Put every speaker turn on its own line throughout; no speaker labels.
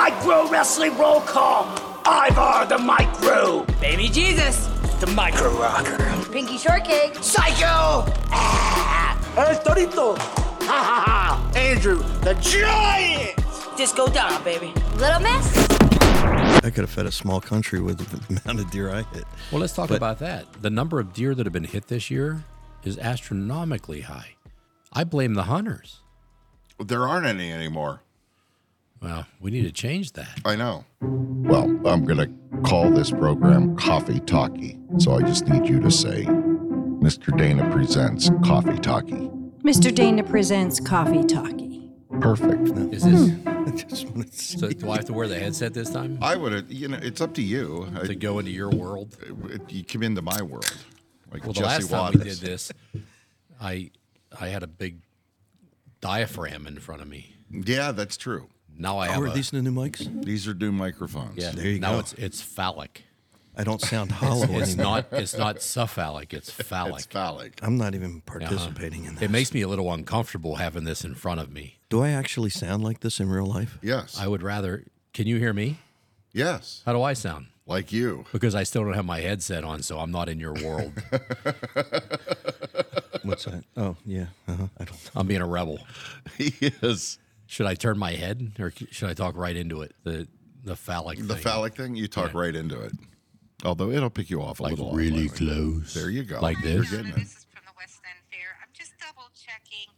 Pro Wrestling Roll Call. Ivar the Micro.
Baby Jesus.
The Micro Rocker.
Pinky Shortcake.
Psycho.
El Torito.
Andrew the Giant.
Disco Donna, baby.
Little Miss.
I could have fed a small country with the amount of deer I hit.
Well, let's talk
But-
about that. The number of deer that have been hit this year is astronomically high. I blame the hunters.
There aren't any anymore.
Well, we need to change that.
I know. Well, I'm going to call this program Coffee Talkie. So I just need you to say, Mr. Dana presents Coffee Talkie.
Mr. Dana presents Coffee Talkie.
Perfect.
Is this?
I just want to see.
So do I have to wear the headset this time
I would have, you know, it's up to you. I,
to go into your world?
it- you come into my world. Like
Well, the
Jesse
last time
Waters.
we did this, I I had a big diaphragm in front of me.
Yeah, that's true.
Now I
Oh,
have
are
a,
these the new mics?
These are new microphones.
yeah.
There you
now
go.
it's it's phallic.
I don't sound hollow
It's
anymore.
not it's not suphallic. It's phallic.
It's phallic.
I'm not even participating in this.
Uh-huh. It makes me a little uncomfortable having this in front of me.
Do I actually sound like this in real life?
Yes.
I would rather. Can you hear me?
yes.
How do I sound?
Like you.
Because I still don't have my headset on, so I'm not in your world.
What's that? Oh, yeah. Uh-huh. I don't
I'm being a rebel.
He is.
Should I turn my head or c- should I talk right into it? The the phallic.
The
thing.
phallic thing, you talk right into it. Although it'll pick you off a
Like
little.
really
Like-
close.
There you go.
Like this?
You're
Hello,
getting it.
This is from the West End Fair. I'm just double checking.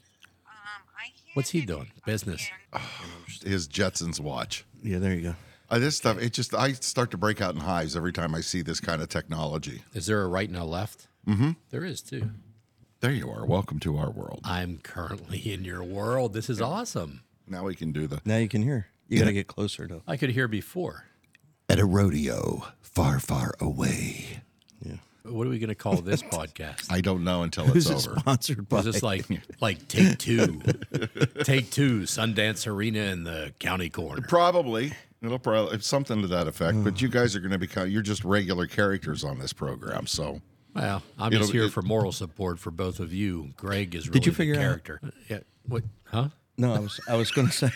Um, I hear
What's he
that-
doing? Business. Ah.
His Jetsons watch.
Yeah, there you go.
Uh, this stuff, it just, I start to break out in hives every time I see this kind of technology.
Is there a right and a left? Mm-hmm. is too.
There you are. Welcome to our world.
I'm currently in your world. This is awesome.
Now we can do the.
Now you can hear. You got to get closer though.
I could hear before.
At a rodeo, far, far away.
What are we going to call this podcast?
I don't know until
Who's
it's
it
over.
sponsored by?
Is this like like take two, take two, Sundance Arena in the county corner?
Probably. It'll probably it's something to that effect, but you guys are going to become you're just regular characters on this program. So
Well, I'm
It'll-
just here
it-
for moral support for both of you. Greg is really
Did you figure
the
out-
character. Yeah. What? Huh?
no, I was I was going to say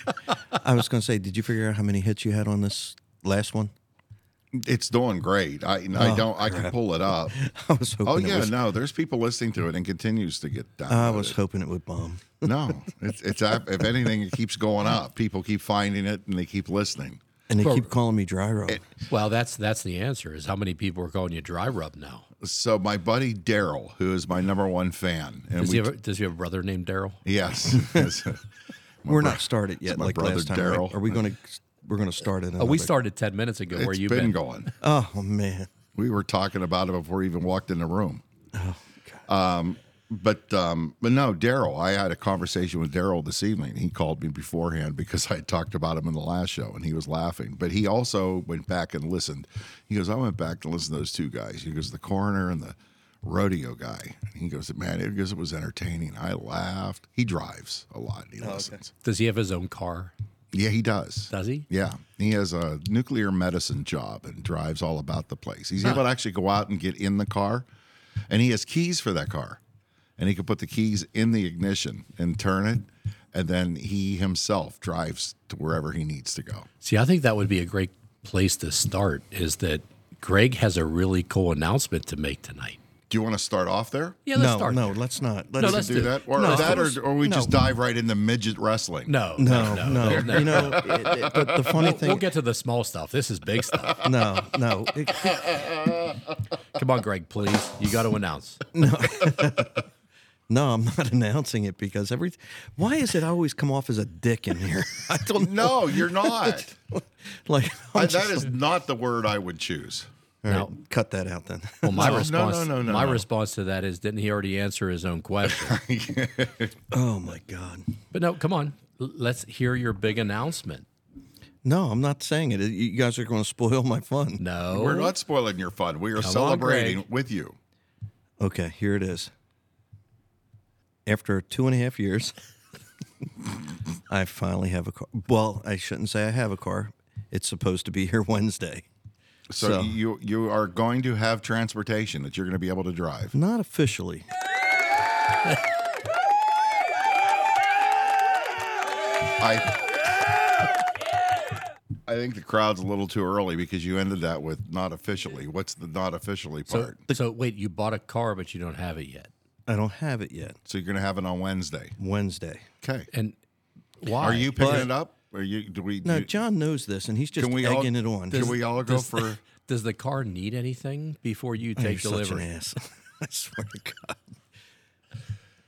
I was going to say did you figure out how many hits you had on this last one?
it's doing great. I I don't I can pull it up.
I was Oh, hoping
Oh
it
yeah,
was,
no, there's people listening to it and continues to get down.
I was hoping it would bomb.
no, it's it's if anything it keeps going up. People keep finding it and they keep listening.
And they keep calling me dry rub.
Well, that's that's the answer. Is how many people are calling you dry rub now?
So my buddy Daryl, who is my number one fan, and
Does he have, a- does he have a brother named Daryl?
yes, yes.
We're not started yet
my
like
brother
last time. right?
Daryl.
Are we going to we're going to start it
Oh,
another-
we started ten minutes ago. Where
It's
you been?
been, going.
Oh man.
We were talking about it before we even walked in the room.
Oh,
Um, but um, but no, Daryl. I had a conversation with Daryl this evening. He called me beforehand because I had talked about him in the last show, and he was laughing. But he also went back and listened. He goes, "I went back and listened to those two guys." He goes, "The coroner and the rodeo guy." And he goes, "Man, it goes. It was entertaining. I laughed." He drives a
Oh,
lot. And he listens.
Does he have his own car?
Yeah, he does.
Does he?
Yeah, he has a nuclear medicine job and drives all about the place. He's able to actually go out and get in the car, and he has keys for that car, and he can put the keys in the ignition and turn it, and then he himself drives to wherever he needs to go.
See, I think that would be a great place to start. Is that Greg has a really cool announcement to make tonight?
Do you want to start off there?
Yeah, let's
No,
start.
no,
there.
let's not. Let's
let's
Do that, or
No,
that,
let's-
or, or we
no.
just dive right into midget wrestling.
no,
No, no, You know, it, it, but the funny thing.
We'll get to the small stuff. This is big stuff.
no, no, it-
Come on, Greg, please. You got to announce.
no. I'm not announcing it because every. Why is it I always come off as a dick in here? I don't
no, you're not.
like.
I,
I'm
that
just-
is not the word I would choose.
all right,
No.
cut that out then.
Well, my
No, no,
response.
no, no, no,
my
no.
response to that is, didn't he already answer his own question?
Oh my god.
but no, come on. L- Let's hear your big announcement.
No, I'm not saying it. You guys are going to spoil my fun.
No,
We're not spoiling your fun. We are
Oh. Come on,
celebrating
Greg.
with you.
Okay, here it is. After two and a half years, I finally have a car. Well, I shouldn't say I have a car. It's supposed to be here Wednesday.
So,
So-
you you are going to have transportation that you're going to be able to drive.
Not officially.
I I think the crowd's a little too early because you ended that with not officially. What's the not officially
So,
part?
so wait, you bought a car, but you don't have it yet.
I don't have it yet.
So, you're going to have it on Wednesday.
Wednesday.
Okay.
And why?
Are you picking
But-
it up? Are you? Do we?
No,
you-
John knows this, and he's just
can we all,
egging it on.
Can we all go
does-
for?
Does the car need anything before you
Oh,
take
you're such an
delivery?
ass. I swear to God.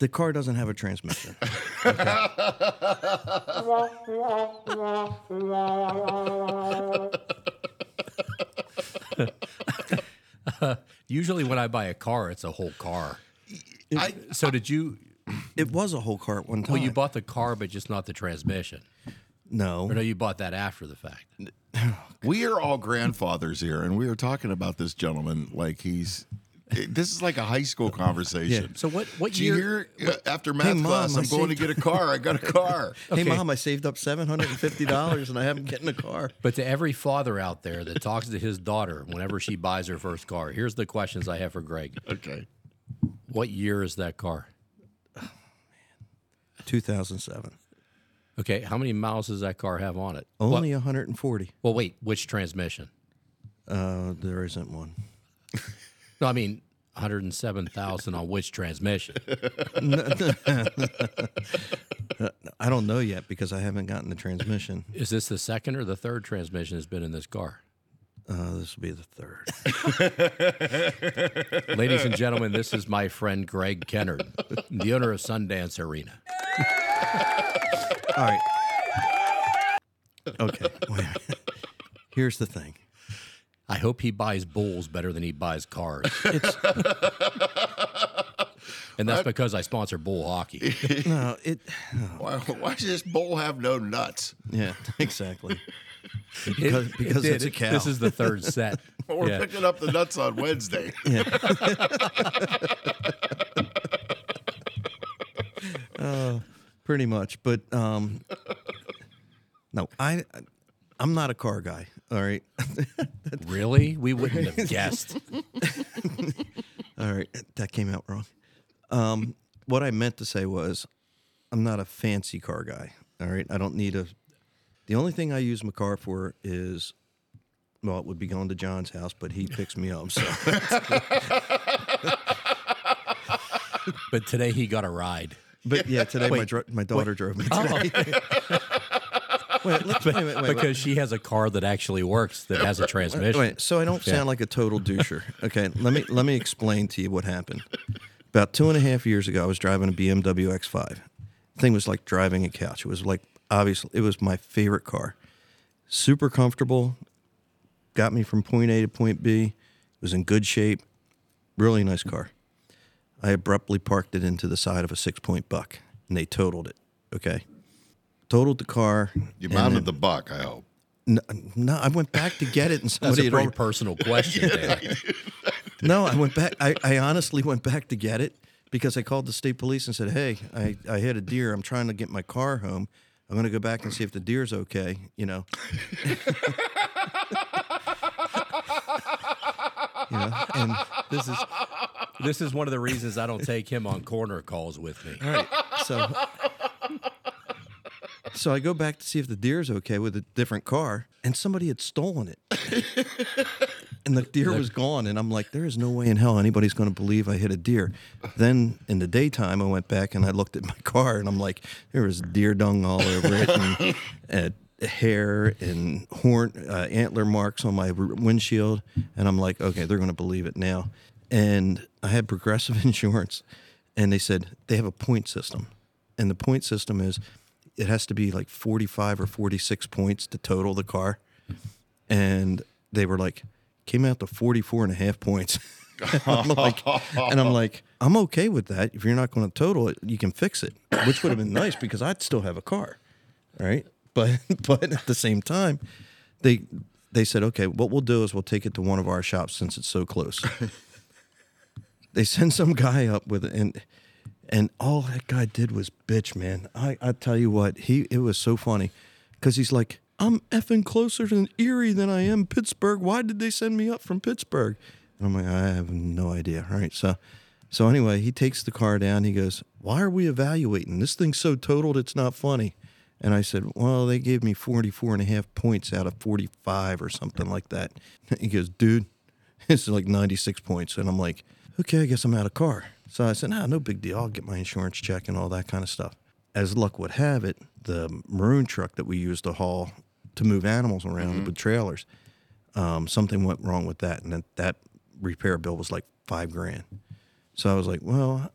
The car doesn't have a transmission.
Usually, when I buy a car, it's a whole car.
I,
So did you?
It was a whole car at one time.
Well, you bought the car, but just not the transmission.
no.
Or no, you bought that after the fact.
we are all grandfathers here, and we are talking about this gentleman like he's. it- This is like a high school conversation.
So what? What
Did you
year?
hear uh, after math
Mom,
class?
I
I'm going to
saved-
get a car. I got a car.
Hey, mom, I saved up seven hundred and fifty dollars, and I haven't gotten a car.
But to every father out there that talks to his daughter whenever she buys her first car, here's the questions I have for Greg.
okay.
What year is that car?
Two thousand seven.
Okay, how many miles does that car have on it?
Only one hundred and forty.
Well, wait, which transmission?
Uh, there isn't one.
No, I mean 107,000 on which transmission?
Uh, I don't know yet because I haven't gotten the transmission.
Is this the second or the third transmission has been in this car?
Uh, this will be the third.
Ladies and gentlemen, this is my friend Greg Kennard, the owner of Sundance Arena.
All right. Okay. wait. Here's the thing.
I hope he buys bulls better than he buys cars.
It's
And that's because I sponsor bull hockey.
no. It.
Why, why does this bowl have no nuts?
Yeah. Exactly. Because, because
It
it's a
did.
cow.
This is the third set.
Well, we're
Yeah.
picking up the nuts on Wednesday.
Uh, pretty much. But um, no, I, I'm not a car guy. All right,
Really? We wouldn't have guessed.
all right, that came out wrong. Um, what I meant to say was, I'm not a fancy car guy. All right, I don't need a. The only thing I use my car for is, well, it would be going to John's house, but he picks me up. So
But today he got a ride.
But yeah, today my dr- my daughter drove me. Today. wait, let- wait, wait, wait, wait.
because she has a car that actually works that has a transmission.
Wait, so I don't sound like a total doucher. Okay, let me let me explain to you what happened. About two and a half years ago, I was driving a BMW X5. The thing was like driving a couch. It was like obviously it was my favorite car. Super comfortable. Got me from point A to point B. It was in good shape. Really nice car. I abruptly parked it into the side of a six point buck, and they totaled it. Okay, totaled the car.
You
and
mounted
then-
the buck, I hope.
No, I went back to get it, and
That's
somebody
a
had
pretty
already-
personal question. there.
No, I went back. I, I honestly went back to get it because I called the state police and said, "Hey, I, I hit a deer. I'm trying to get my car home. I'm going to go back and see if the deer's okay." You know. you know, and
This is this is one of the reasons I don't take him on corner calls with me.
so so I go back to see if the deer's okay with a different car, and somebody had stolen it. and the deer was gone, and I'm like, there is no way in hell anybody's going to believe I hit a deer. Then in the daytime, I went back and I looked at my car, and I'm like, there was deer dung all over it, and, and uh, hair and horn uh, antler marks on my r- windshield, and I'm like, okay, they're going to believe it now. And I had Progressive Insurance, and they said they have a point system, and the point system is it has to be like 45 or 46 points to total the car and they were like came out to 44 and a half points and, I'm like, and i'm like i'm okay with that if you're not going to total it you can fix it which would have been nice because i'd still have a car all right but but at the same time they they said okay what we'll do is we'll take it to one of our shops since it's so close they send some guy up with it and and all that guy did was bitch man i i tell you what he it was so funny because he's like i'm effing closer to erie than i am pittsburgh why did they send me up from pittsburgh and i'm like i have no idea all right so so anyway he takes the car down he goes why are we evaluating this thing's so totaled it's not funny And I said, Well, they gave me 44 and a half points out of 45 or something like that. He goes, Dude, it's like 96 points. And I'm like, Okay, I guess I'm out of car. So I said, No, no big deal. I'll get my insurance check and all that kind of stuff. As luck would have it, the maroon truck that we used to haul to move animals around with trailers, um, something went wrong with that. And that, that repair bill was like five grand. So I was like, Well,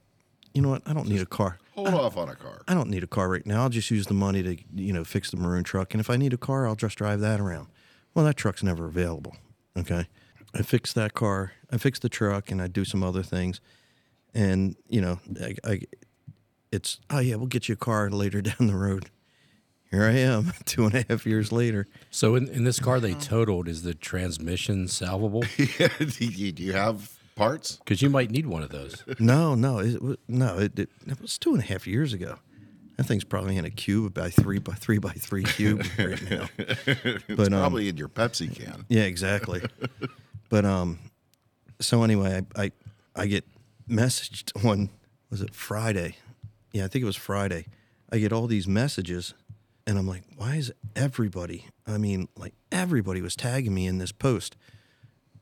you know what? I don't need a car.
Hold off on a car.
I don't need a car right now. I'll just use the money to, you know, fix the maroon truck. And if I need a car, I'll just drive that around. Well, that truck's never available. Okay. I fix that car. I fix the truck and I do some other things. And, you know, I, I, it's, oh, yeah, we'll get you a car later down the road. Here I am, two and a half years later.
So in, in this car they totaled, is the transmission salvable?
do, you, do you have parts?
Because you might need one of those.
No, no, it was, no, it, it, it was two and a half years ago. That thing's probably in a cube by three by three by three cube right now. But, um,
Probably in your Pepsi can.
Yeah, exactly. but um, so anyway, I, I I get messaged on was it Friday? Yeah, I think it was Friday. I get all these messages, and I'm like, why is everybody? I mean, like everybody was tagging me in this post.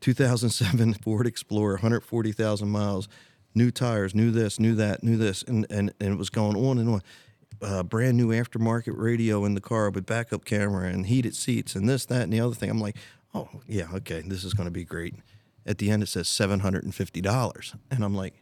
2007 Ford Explorer, 140,000 miles, new tires, new this, new that, new this, and and, and it was going on and on. Uh, brand new aftermarket radio in the car with backup camera and heated seats and this, that, and the other thing. I'm like, oh yeah, okay, this is going to be great. At the end, it says seven hundred and fifty dollars, and I'm like,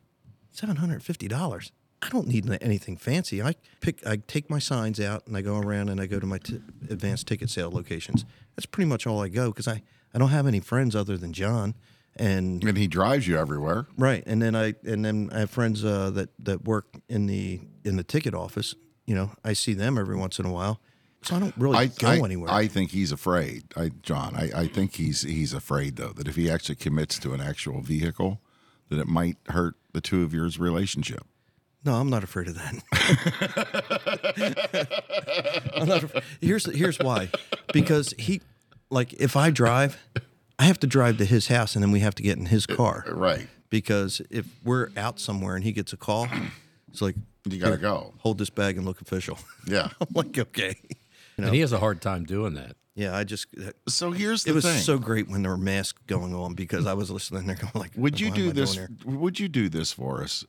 seven hundred and fifty dollars. I don't need anything fancy. I pick, I take my signs out and I go around and I go to my t- advanced ticket sale locations. That's pretty much all I go because I, I don't have any friends other than John, and
And he drives you everywhere.
Right, and then I and then I have friends uh, that that work in the in the ticket office. You know, I see them every once in a while, so I don't really
I,
go
I,
anywhere.
I think he's afraid. I, John, I, I think he's he's afraid though that if he actually commits to an actual vehicle, that it might hurt the two of yours relationship.
no, I'm not afraid of that. I'm not af- here's here's why, because he like if I drive, I have to drive to his house, and then we have to get in his car.
Right.
Because if we're out somewhere and he gets a call, it's like
You gotta
"Here,
go."
Hold this bag and look official.
Yeah.
I'm like okay.
And he has a hard time doing that.
Yeah, I just
So here's the
it was
thing.
so great when there were masks going on because I was listening there going like,
would you
"Why am I
do
doing
this?
here?"
Would you do this for us?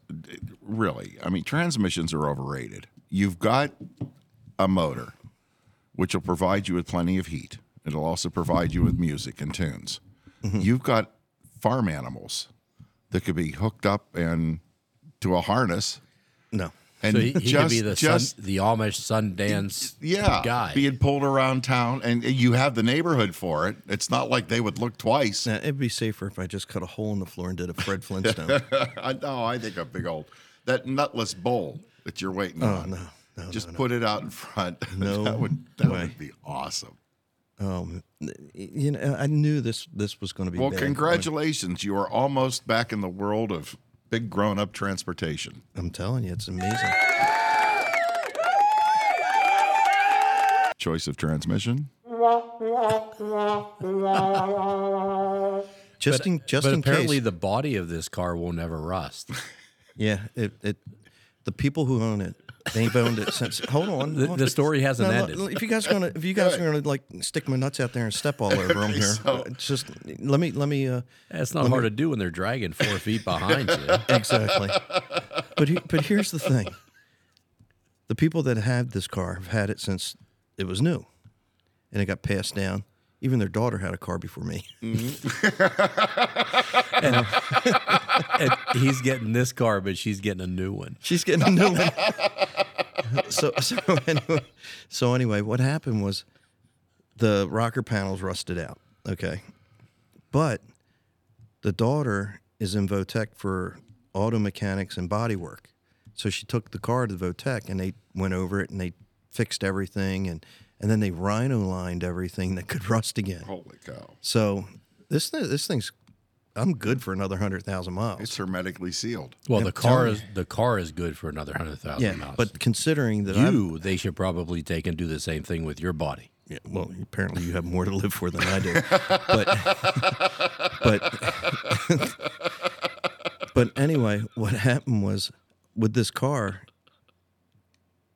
Really? I mean, transmissions are overrated. You've got a motor, which will provide you with plenty of heat. It'll also provide you with music and tunes.
Mm-hmm.
You've got farm animals that could be hooked up and to a harness,
No,
and
So he, he
just
could be the
just
sun, the Amish Sundance
yeah
guy.
being pulled around town, and you have the neighborhood for it. It's not like they would look twice.
Now, it'd be safer if I just cut a hole in the floor and did a Fred Flintstone.
I no, I think a big old that nutless bowl that you're waiting on.
Oh, no, no,
just put it out in front.
No
that would that
way.
would be awesome.
um, you know, I knew this this was going to be
Well,
bad.
congratulations, you are almost back in the world of big grown-up transportation.
I'm telling you, it's amazing.
Choice of transmission.
Just in just
but
in
apparently
case,
the body of this car will never rust.
yeah, it, it the people who own it. They've owned it since. Hold on.
The-
hold
the
on.
story hasn't
No,
ended.
look, If you guys are gonna, if you guys are gonna like stick my nuts out there and step all over them here,
so.
it's just let me let me. Uh,
That's not hard to do when they're dragging four feet behind you.
exactly. But he, but here's the thing: the people that have this car have had it since it was new, and it got passed down. Even their daughter had a car before me.
And he's getting this car, but she's getting a new one.
She's getting a new one. so so anyway, so anyway, what happened was the rocker panels rusted out. Okay, but the daughter is in Votech for auto mechanics and body work. So she took the car to Votech and they went over it and they fixed everything and and then they rhino lined everything that could rust again.
Holy cow!
So this thi- this thing's I'm good for another hundred thousand miles.
It's hermetically sealed.
Well, the car
telling
is the car is good for another hundred thousand
yeah,
miles.
but considering that I'm-
you, they should probably take and do the same thing with your body.
Yeah, well, apparently you have more to live for than I do. But but but anyway, what happened was with this car,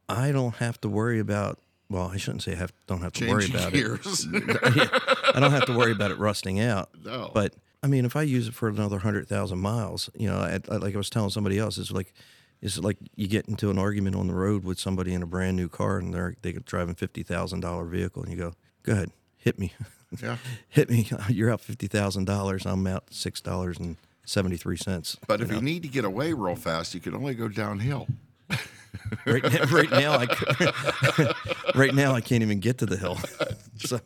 I don't have to worry about well, I shouldn't say I have don't have to
Changing
worry about it.
gears.
I don't have to worry about it rusting out.
No.
But I mean, if I use it for another hundred thousand miles, you know, I, I, like I was telling somebody else, it's like it's like you get into an argument on the road with somebody in a brand new car, and they're they're driving fifty thousand dollar vehicle, and you go, go ahead, hit me,
yeah.
hit me. You're out fifty thousand dollars. I'm out six dollars and seventy three cents.
But if you need to get away real fast, you can only go downhill.
Right now, right now I c- right now I can't even get to the hill. So,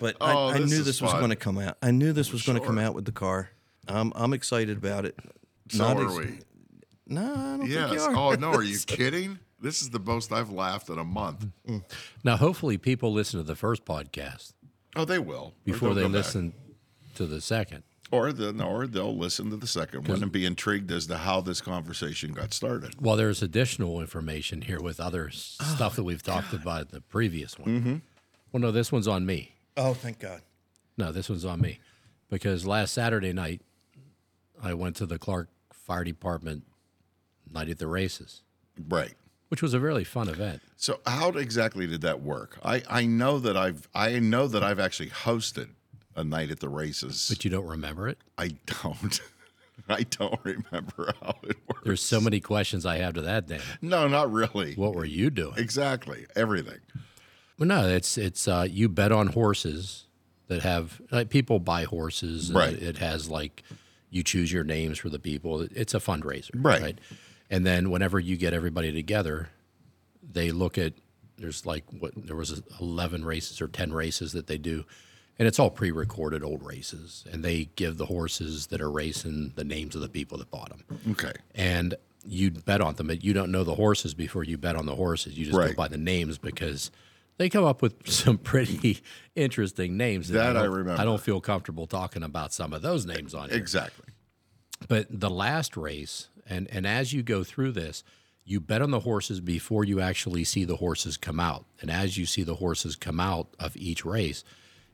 but
Oh,
I, I
this
knew
is
this
fun.
was going to come out. I knew this was going to come
Sure.
out with the car. I'm I'm excited about it.
So
Not
are
ex-
we.
No, I don't think
Yes.
you are.
Oh no, are you kidding? This is the most I've laughed in a month.
Now, hopefully, people listen to the first podcast
Oh, they will Or
before
they'll
they
go back.
listen to the second.
or then or they'll listen to the second one and be intrigued as to how this conversation got started.
Well, there's additional information here with other s stuff that we've talked about in the previous one. Well, no, this one's on me.
Oh, thank God.
No, this one's on me because last Saturday night, I went to the Clark Fire Department night at the races,
Right.
which was a really fun event.
So how exactly did that work? I, I know that I've I know that I've actually hosted a night at the races.
But you don't remember it?
I don't I don't remember how it worked.
There's so many questions I have to that day.
no, not really.
What were you doing?
exactly. Everything.
Well, no, it's it's uh, you bet on horses that have like people buy horses. and
Right.
It, has like you choose your names for the people. It's a fundraiser.
Right.
And then whenever you get everybody together, they look at there's like what there was 11 races or 10 races that they do and it's all pre-recorded old races and they give the horses that are racing the names of the people that bought them
Okay.
and you bet on them. but You don't know the horses before you bet on the horses. You just go
Right.
by the names because they come up with some pretty interesting names.
That I
don't-
remember.
I don't feel comfortable talking about some of those names on here.
Exactly.
But the last race, and and as you go through this, you bet on the horses before you actually see the horses come out. And as you see the horses come out of each race,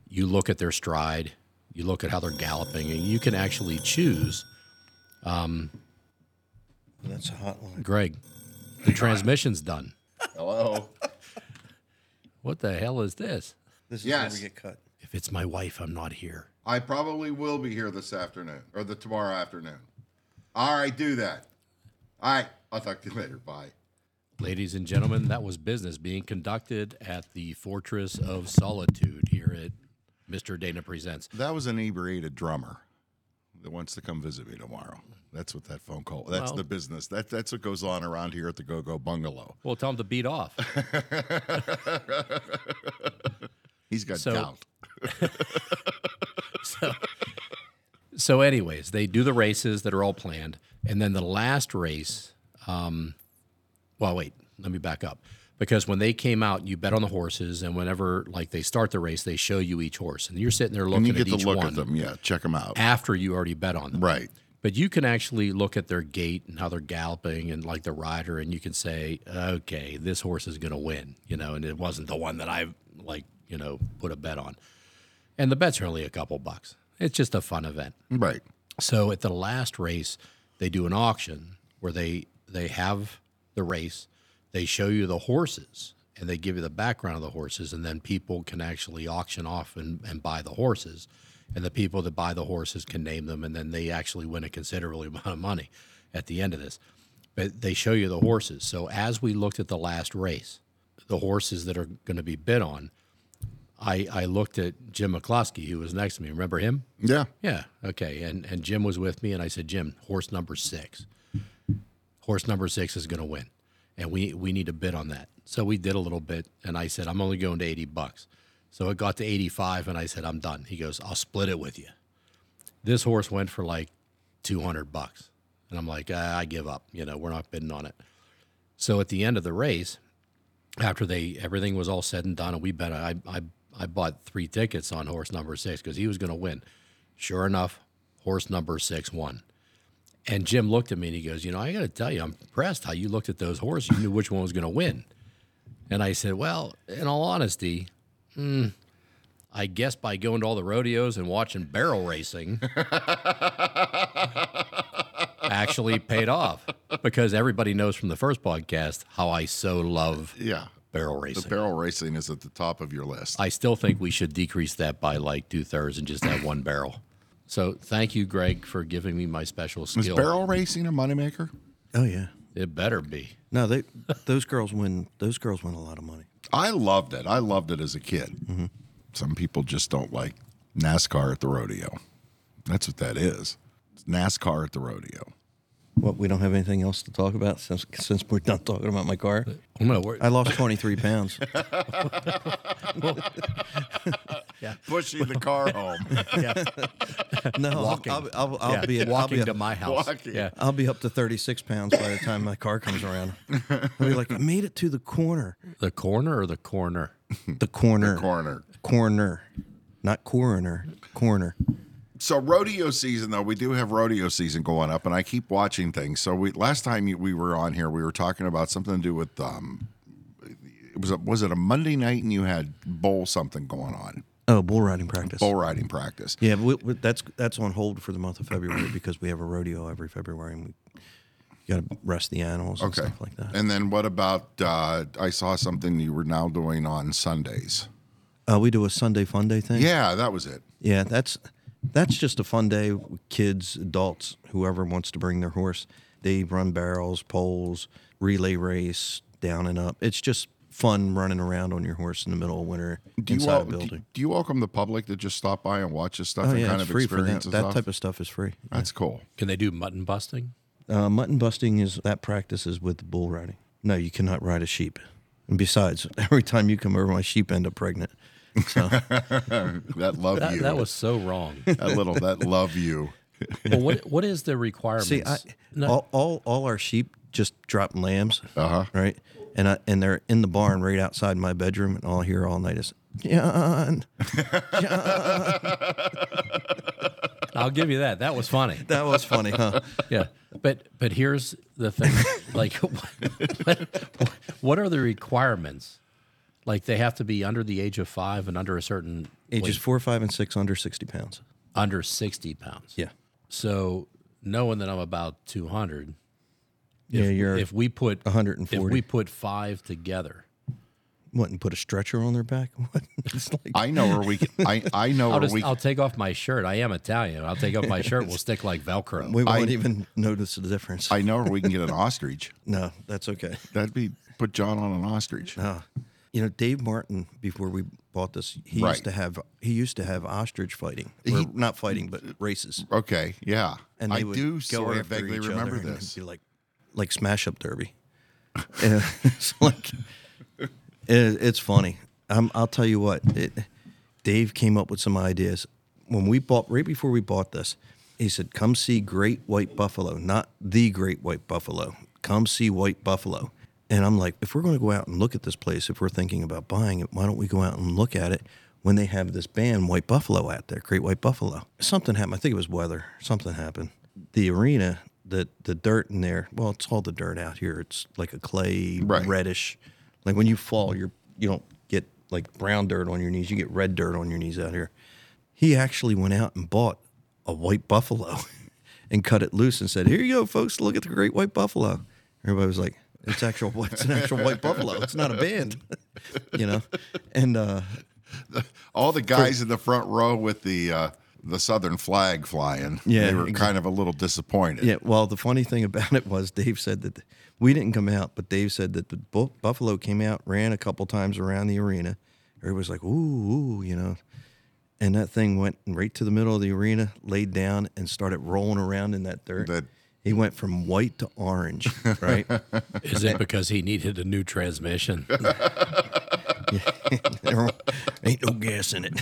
you look at their stride, you look at how they're galloping, and you can actually choose
That's a hotline.
Greg, the transmission's done.
Hello.
What the hell is this?
This is
Yes.
where we get cut.
If it's my wife, I'm not here.
I probably will be here this afternoon or the tomorrow afternoon. All right, do that. All right, I'll talk to you later. Bye.
Ladies and gentlemen, that was business being conducted at the Fortress of Solitude here at Mr. Dana Presents.
That was an inebriated drummer that wants to come visit me tomorrow. That's what that phone call. That's
Well-
the business. That that's what goes on around here at the Go Go Bungalow.
Well, tell him to beat off.
He's got
So-
doubt.
so, so anyways, they do the races that are all planned, and then the last race. Um, well, wait, let me back up because when they came out, you bet on the horses, and whenever like they start the race, they show you each horse, and you're sitting there looking
And you get
at
to
each
look
one
at them. Yeah, check them out.
after you already bet on them,
Right.
But you can actually look at their gait and how they're galloping and like the rider, and you can say, okay, this horse is going to win, you know, and it wasn't the one that I like, you know, put a bet on. And the bet's are only a couple bucks. It's just a fun event.
Right.
So at the last race, they do an auction where they they have the race, they show you the horses, and they give you the background of the horses, and then people can actually auction off and, and buy the horses. And the people that buy the horses can name them, and then they actually win a considerable amount of money at the end of this. But they show you the horses. So as we looked at the last race, the horses that are going to be bid on, I, I looked at Jim McCloskey, who was next to me. Remember him?
Yeah.
Yeah. Okay. And and Jim was with me, and I said, Jim, horse number six. Horse number six is going to win, and we we need to bid on that. So we did a little bit, and I said, I'm only going to eighty bucks. So it got to eighty five, and I said, I'm done. He goes, I'll split it with you. This horse went for like two hundred bucks, and I'm like, ah, I give up. You know, we're not bidding on it. So at the end of the race, after they everything was all said and done, and we bet I I, I bought three tickets on horse number six because he was going to win. Sure enough, horse number six won. And Jim looked at me and he goes, "You know, I got to tell you, I'm impressed how you looked at those horses. You knew which one was going to win." And I said, "Well, in all honesty." hmm, I guess by going to all the rodeos and watching barrel racing actually paid off because everybody knows from the first podcast how I so love
Yeah.
barrel racing.
The barrel racing is at the top of your list.
I still think we should decrease that by like two thirds and just have one barrel. So thank you, Greg, for giving me my special
Is
skill.
barrel racing a moneymaker?
Oh yeah.
It better be.
No, they those girls win. Those girls win a lot of money.
I loved it. I loved it as a kid.
Mm-hmm.
Some people just don't like NASCAR at the rodeo. That's what that is. It's NASCAR at the rodeo.
What we don't have anything else to talk about since since we're done talking about my car.
Oh, no, we're,
I lost twenty three pounds.
Pushing the car home.
No, I'll-
Walking.
I'll, I'll, I'll
yeah,
be at, I'll
walking
be up,
to my house.
Walking.
Yeah,
I'll be up to thirty six pounds by the time my car comes around. I'll be like, I made it to the corner.
the corner or the corner.
The corner.
Corner.
Corner. Not coroner. Corner.
So rodeo season though, we do have rodeo season going up, and I keep watching things. So we last time you- we were on here, we were talking about something to do with um, it was a, was it a Monday night, and you had bowl something going on,
Oh, bull riding practice.
bull riding practice.
Yeah, but we, we, that's that's on hold for the month of February because we have a rodeo every February and we got to rest the animals and
Okay,
stuff like that.
And then what about? Uh, I saw something you were now doing on Sundays.
Uh, we do a Sunday fun day thing.
Yeah, that was it.
Yeah, that's that's just a fun day. with Kids, adults, whoever wants to bring their horse, they run barrels, poles, relay race, down and up. It's just fun running around on your horse in the middle of winter
Do you,
inside
wel-
a
do,
building.
do you welcome the public to just stop by and watch this stuff
Oh
and
yeah,
kind
it's
of
free for that.
experience and
That
stuff?
type of stuff is free.
That's cool.
Can they do mutton busting?
Uh, mutton busting is that practice is with bull riding. No, you cannot ride a sheep. And besides, every time you come over, my sheep end up pregnant.
That love
That,
you.
that was so wrong.
that little that love you.
well, what what is the requirements?
See, I, oh.
No,
all, all all our sheep just drop lambs,
Uh-huh.
right? And I and they're in the barn right outside my bedroom, and all I hear all night is John.
I'll give you that. That was funny.
That was funny, huh?
Yeah, but but here's the thing. like, what, what are the requirements? Like, they have to be under the age of five and under a certain
Ages
weight,
four, five, and six under sixty pounds.
under sixty pounds.
Yeah,
So knowing that I'm about 200,
yeah. You're
if we put
140.
if we put five together,
what and put a stretcher on their back. What? It's like
I know where we. Can, I I know
I'll
where
just
we.
I'll take off my shirt. I am Italian. I'll take off my shirt. We'll stick like Velcro.
we won't even notice the difference.
I know where we can get an ostrich.
no, that's okay. Uh,
That'd be put John on an ostrich.
You know, Dave Martin, before we bought this, he
Right.
used to have he used to have ostrich fighting, or not fighting, but races.
Okay, yeah.
And they
I
would
do
go
sort of
after
vaguely
each
remember
other and
this.
Be like, like smash up derby. Yeah, it's like it, it's funny. i I'll tell you what. It, Dave came up with some ideas when we bought right before we bought this. He said, "Come see Great White Buffalo, not the Great White Buffalo. Come see White Buffalo." And I'm like, if we're going to go out and look at this place, if we're thinking about buying it, why don't we go out and look at it when they have this band White Buffalo out there, Great White Buffalo? Something happened. I think it was weather. Something happened. The arena, the the dirt in there. Well, it's all the dirt out here. It's like a clay
Right.
reddish. Like when you fall, you're you don't get like brown dirt on your knees. You get red dirt on your knees out here. He actually went out and bought a white buffalo and cut it loose and said, "Here you go, folks. Look at the great white buffalo." Everybody was like, "It's actual. It's an actual white buffalo. It's not a band." you know, and uh,
All the guys in the front row with the uh, the southern flag flying.
Yeah,
they were
exact-
kind of a little disappointed.
Yeah. Well, the funny thing about it was Dave said that we didn't come out, but Dave said that the bu- buffalo came out, ran a couple times around the arena. Everybody was like, ooh, ooh, you know. And that thing went right to the middle of the arena, laid down, and started rolling around in that dirt.
That-
he went from white to orange, right?
Is it because he needed a new transmission?
Everyone- ain't no gas in it.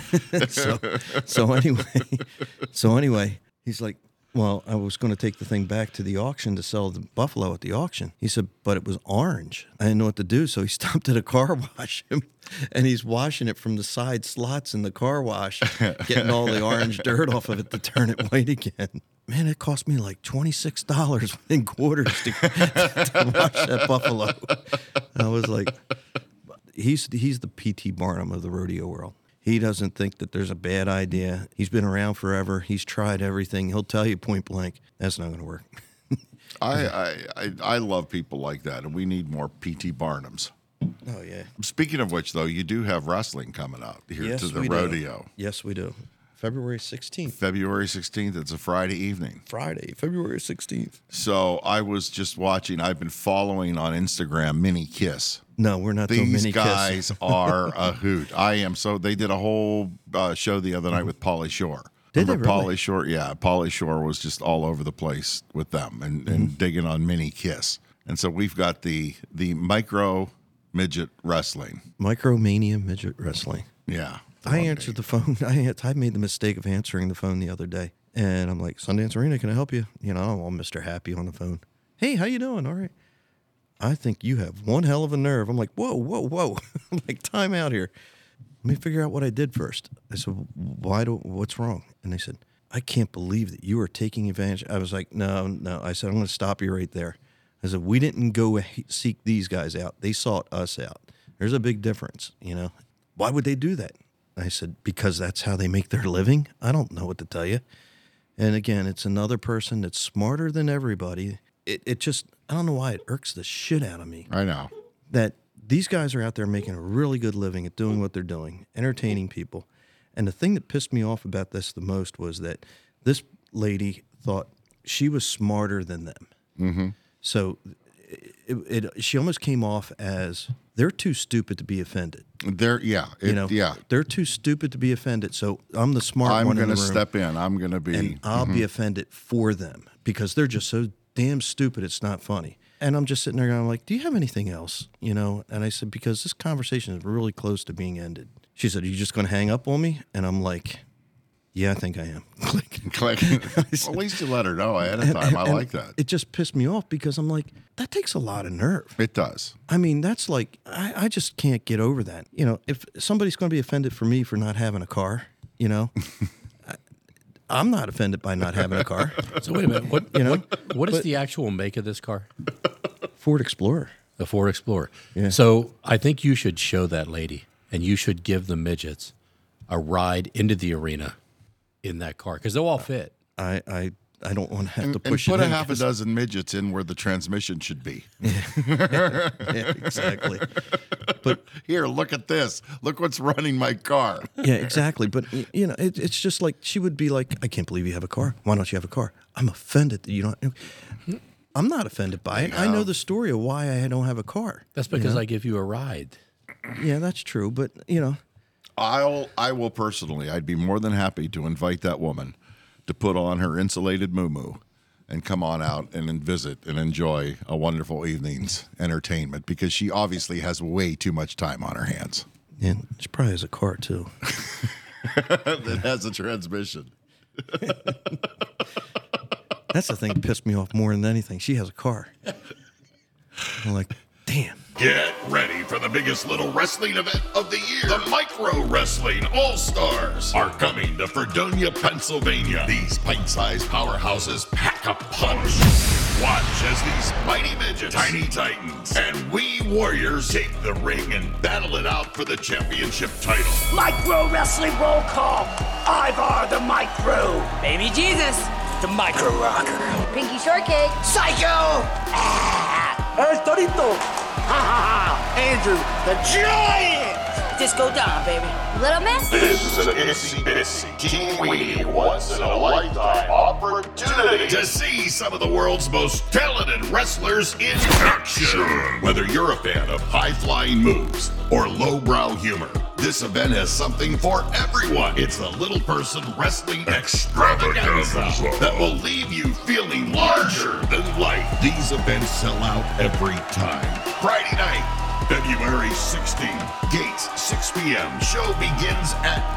so, so anyway, so anyway, he's like, well, I was going to take the thing back to the auction to sell the buffalo at the auction. He said, but it was orange. I didn't know what to do, so he stopped at a car wash, and he's washing it from the side slots in the car wash, getting all the orange dirt off of it to turn it white again. Man, it cost me like twenty six dollars in quarters to, to wash that buffalo. I was like, he's he's the PT Barnum of the rodeo world. He doesn't think that there's a bad idea. He's been around forever. He's tried everything. He'll tell you point blank, that's not going to work.
I, I I I love people like that, and we need more PT Barnums.
Oh yeah.
Speaking of which, though, you do have wrestling coming up here
Yes,
to the
we do.
rodeo.
Yes, we do. February 16th,
February 16th, it's a Friday evening.
Friday, February 16th.
So I was just watching, I've been following on Instagram Mini Kiss.
No, we're not doing
These
mini
guys
kiss.
are a hoot. I am so. They did a whole uh, show the other night with Polly Shore.
Mm-hmm. Did they
Remember
really?
Pauly Shore? Yeah, Polly Shore was just all over the place with them and,
Mm-hmm.
and digging on Mini Kiss. And so we've got the the micro midget wrestling.
Micromania midget wrestling.
Yeah,
I answered the phone. I an- I made the mistake of answering the phone the other day, and I'm like, Sundance Arena, can I help you? You know, I don't want Mister Happy on the phone. Hey, how you doing? All right. I think you have one hell of a nerve. I'm like, whoa, whoa, whoa. I'm like, time out here. Let me figure out what I did first. I said, why do? What's wrong? And they said, I can't believe that you are taking advantage. I was like, no, no. I said, I'm going to stop you right there. I said, we didn't go h- seek these guys out. They sought us out. There's a big difference, you know. Why would they do that? I said, because that's how they make their living. I don't know what to tell you. And again, it's another person that's smarter than everybody. It, it just, I don't know why it irks the shit out of me
I know.
that these guys are out there making a really good living at doing what they're doing, entertaining people. And the thing that pissed me off about this the most was that this lady thought she was smarter than them. Mm-hmm. So it, it, she almost came off as they're too stupid to be offended.
They're yeah, it,
You know,
yeah.
they're too stupid to be offended. So I'm the smart
I'm
one in
gonna
the room
step in. I'm gonna be.
and I'll
Mm-hmm.
be offended for them because they're just so damn stupid. It's not funny. And I'm just sitting there going, like, do you have anything else? You know? And I said, because this conversation is really close to being ended. She said, are you just going to hang up on me? And I'm like, yeah, I think I am. Click.
Click. At least you let her know ahead of time. I
And
like that.
It just pissed me off because I'm like, that takes a lot of nerve.
It does.
I mean, that's like, I, I just can't get over that. You know, if somebody's going to be offended for me for not having a car, you know, I, I'm not offended by not having a car.
So wait a minute. What
You know?
what, what is the actual make of this car?
Ford Explorer.
The Ford Explorer. So I think you should show that lady, and you should give the midgets a ride into the arena in that car because they'll all fit.
I I I don't want to have to
And
push
put
it
a
in.
half a dozen midgets in where the transmission should be.
yeah, exactly. But
Here, look at this. Look what's running my car.
yeah, exactly. But y- you know, it, it's just like she would be like, "I can't believe you have a car. Why don't you have a car? I'm offended that you don't." I'm not offended by it. I know the story of why I don't have a car.
That's because I give you a ride.
Yeah, that's true. But you know,
I'll I will personally, I'd be more than happy to invite that woman to put on her insulated moo and come on out and then visit and enjoy a wonderful evening's entertainment because she obviously has way too much time on her hands
and she probably has a car too.
that has a transmission.
That's the thing that pissed me off more than anything. She has a car. I'm like, damn.
Get ready for the biggest little wrestling event of the year. The Micro Wrestling All Stars are coming to Fredonia, Pennsylvania. These pint sized powerhouses pack a punch. Watch as these mighty midgets, tiny titans, and we warriors take the ring and battle it out for the championship title.
Micro wrestling roll call. Ivar the micro.
Baby Jesus.
The micro rocker.
Pinky Shortcake.
Psycho.
El torito.
Ha ha ha. Andrew the giant.
Disco Don, baby.
Little Miss.
This is an SCSCTV once in a lifetime opportunity to see some of the world's most talented wrestlers in action. Whether you're a fan of high flying moves or lowbrow humor, this event has something for everyone. It's the Little Person Wrestling Extravaganza that will leave you feeling larger than life. These events sell out every time. Friday night. February 16th, gates 6 p.m. Show begins at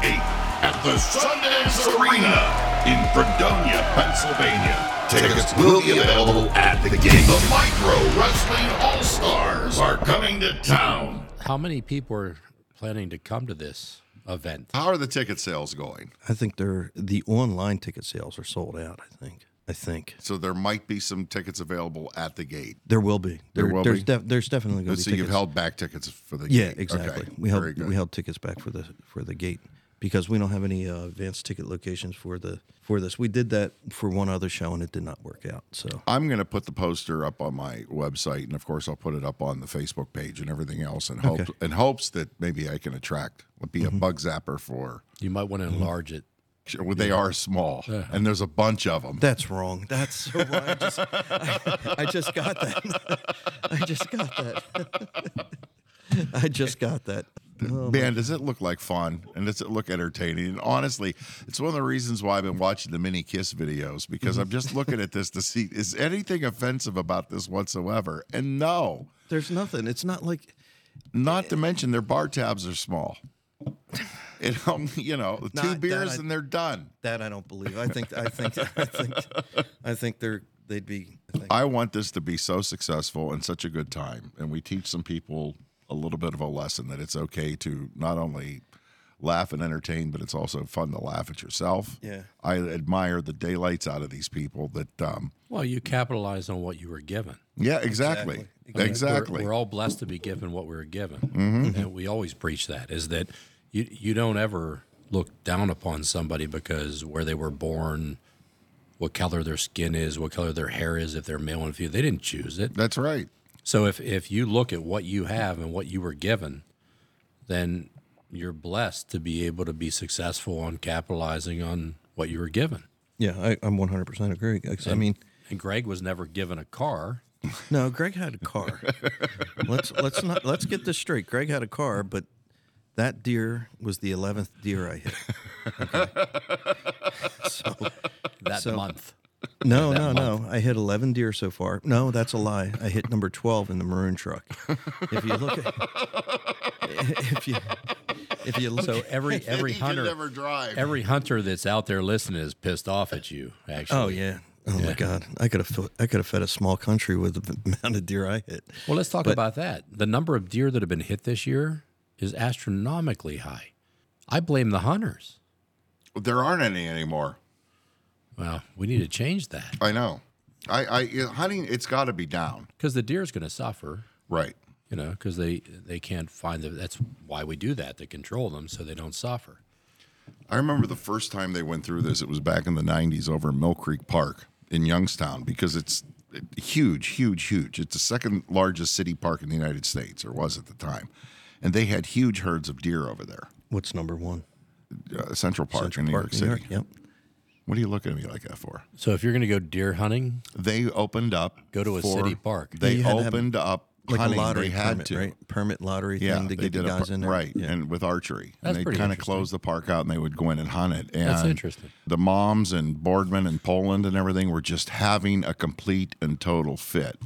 8 at the Sundance Arena in Fredonia, Pennsylvania. Tickets will be available at the gate. The Micro Wrestling All Stars are coming to town.
How many people are planning to come to this event?
How are the ticket sales going?
I think they're the online ticket sales are sold out. I think. I think.
So there might be some tickets available at the gate.
There will be.
There will
there's
be? Oh,
Def- there's definitely going to be
So
tickets.
you've held back tickets for the
Yeah,
gate. Okay,
exactly. We held
very good.
we held tickets back for the for the gate because we don't have any uh, advanced ticket locations for the for this. We did that for one other show and it did not work out. So
I'm going to put the poster up on my website, and of course, I'll put it up on the Facebook page and everything else, in hope in hopes that maybe I can attract be a bug zapper for.
You might want to enlarge it.
Sure, Well, they are small, and there's a bunch of them.
that's wrong. That's so wrong. I just I, I just got that. I just got that. I just got that. Um,
Man, does it look like fun and does it look entertaining? And honestly, it's one of the reasons why I've been watching the mini kiss videos because I'm just looking at this to see is anything offensive about this whatsoever? And no,
There's nothing. It's not like
not to mention their bar tabs are small. It, um, you know, two
Not that
beers
I-
and they're done.
that. I don't believe. I think. I think. I think. I think they're. They'd be. I think.
I want this to be so successful and such a good time. And we teach some people a little bit of a lesson that it's okay to not only laugh and entertain, but it's also fun to laugh at yourself.
Yeah.
I admire the daylights out of these people that, um,
Well, you capitalized on what you were given.
yeah, exactly.
I mean,
Exactly. Mm-hmm.
we're- We're, all blessed to be given what we were given, and we always preach that is that you you don't ever look down upon somebody because where they were born, what color their skin is, what color their hair is, if they're male and female, they didn't choose it.
That's right.
So if if you look at what you have and what you were given, then you're blessed to be able to be successful on capitalizing on what you were given.
yeah, I, I'm 100% agree. 'Cause, I mean,
And Greg was never given a car.
No, Greg had a car. let's let's not let's get this straight. Greg had a car, but that deer was the eleventh deer I hit. Okay. So
that
So-
month.
no, no, no. I hit eleven deer so far. No, that's a lie. I hit number twelve in the maroon truck. If you look at if you if you look
So every every
He
hunter
can never drive.
every hunter that's out there listening is pissed off at you. Actually,
Oh yeah. Oh my God! I could have fed- I could have fed a small country with the amount of deer I hit.
Well, let's talk about that. The number of deer that have been hit this year is astronomically high. I blame the hunters.
there aren't any anymore.
Well, we need to change that
I know. I, I hunting, it's got to be down.
because the deer is going to suffer.
Right.
You know, because they they can't find the. That's why we do that to control them so they don't suffer.
I remember the first time they went through this. It was back in the '90s over in Mill Creek Park in Youngstown because it's huge, huge, huge. It's the second largest city park in the United States, or was at the time, and they had huge herds of deer over there.
What's number one?
Uh, Central Park in New
Park,
York City.
Yep.
What are you looking at me like that for?
So if you're going to go deer hunting,
They opened up.
Go to a
for-
city park.
They
You had to have
opened up
Like
hunting.
a lottery
they had
permit,
to.
right? Permit lottery
Yeah,
thing to
they
get the
did a
guys
par-
in there.
right,
Yeah.
and with archery,
That's
and they
pretty
kind of
interesting.
closed the park out, and they would go in and hunt it. And
That's interesting.
The moms and Boardman and Poland and everything were just having a complete and total fit,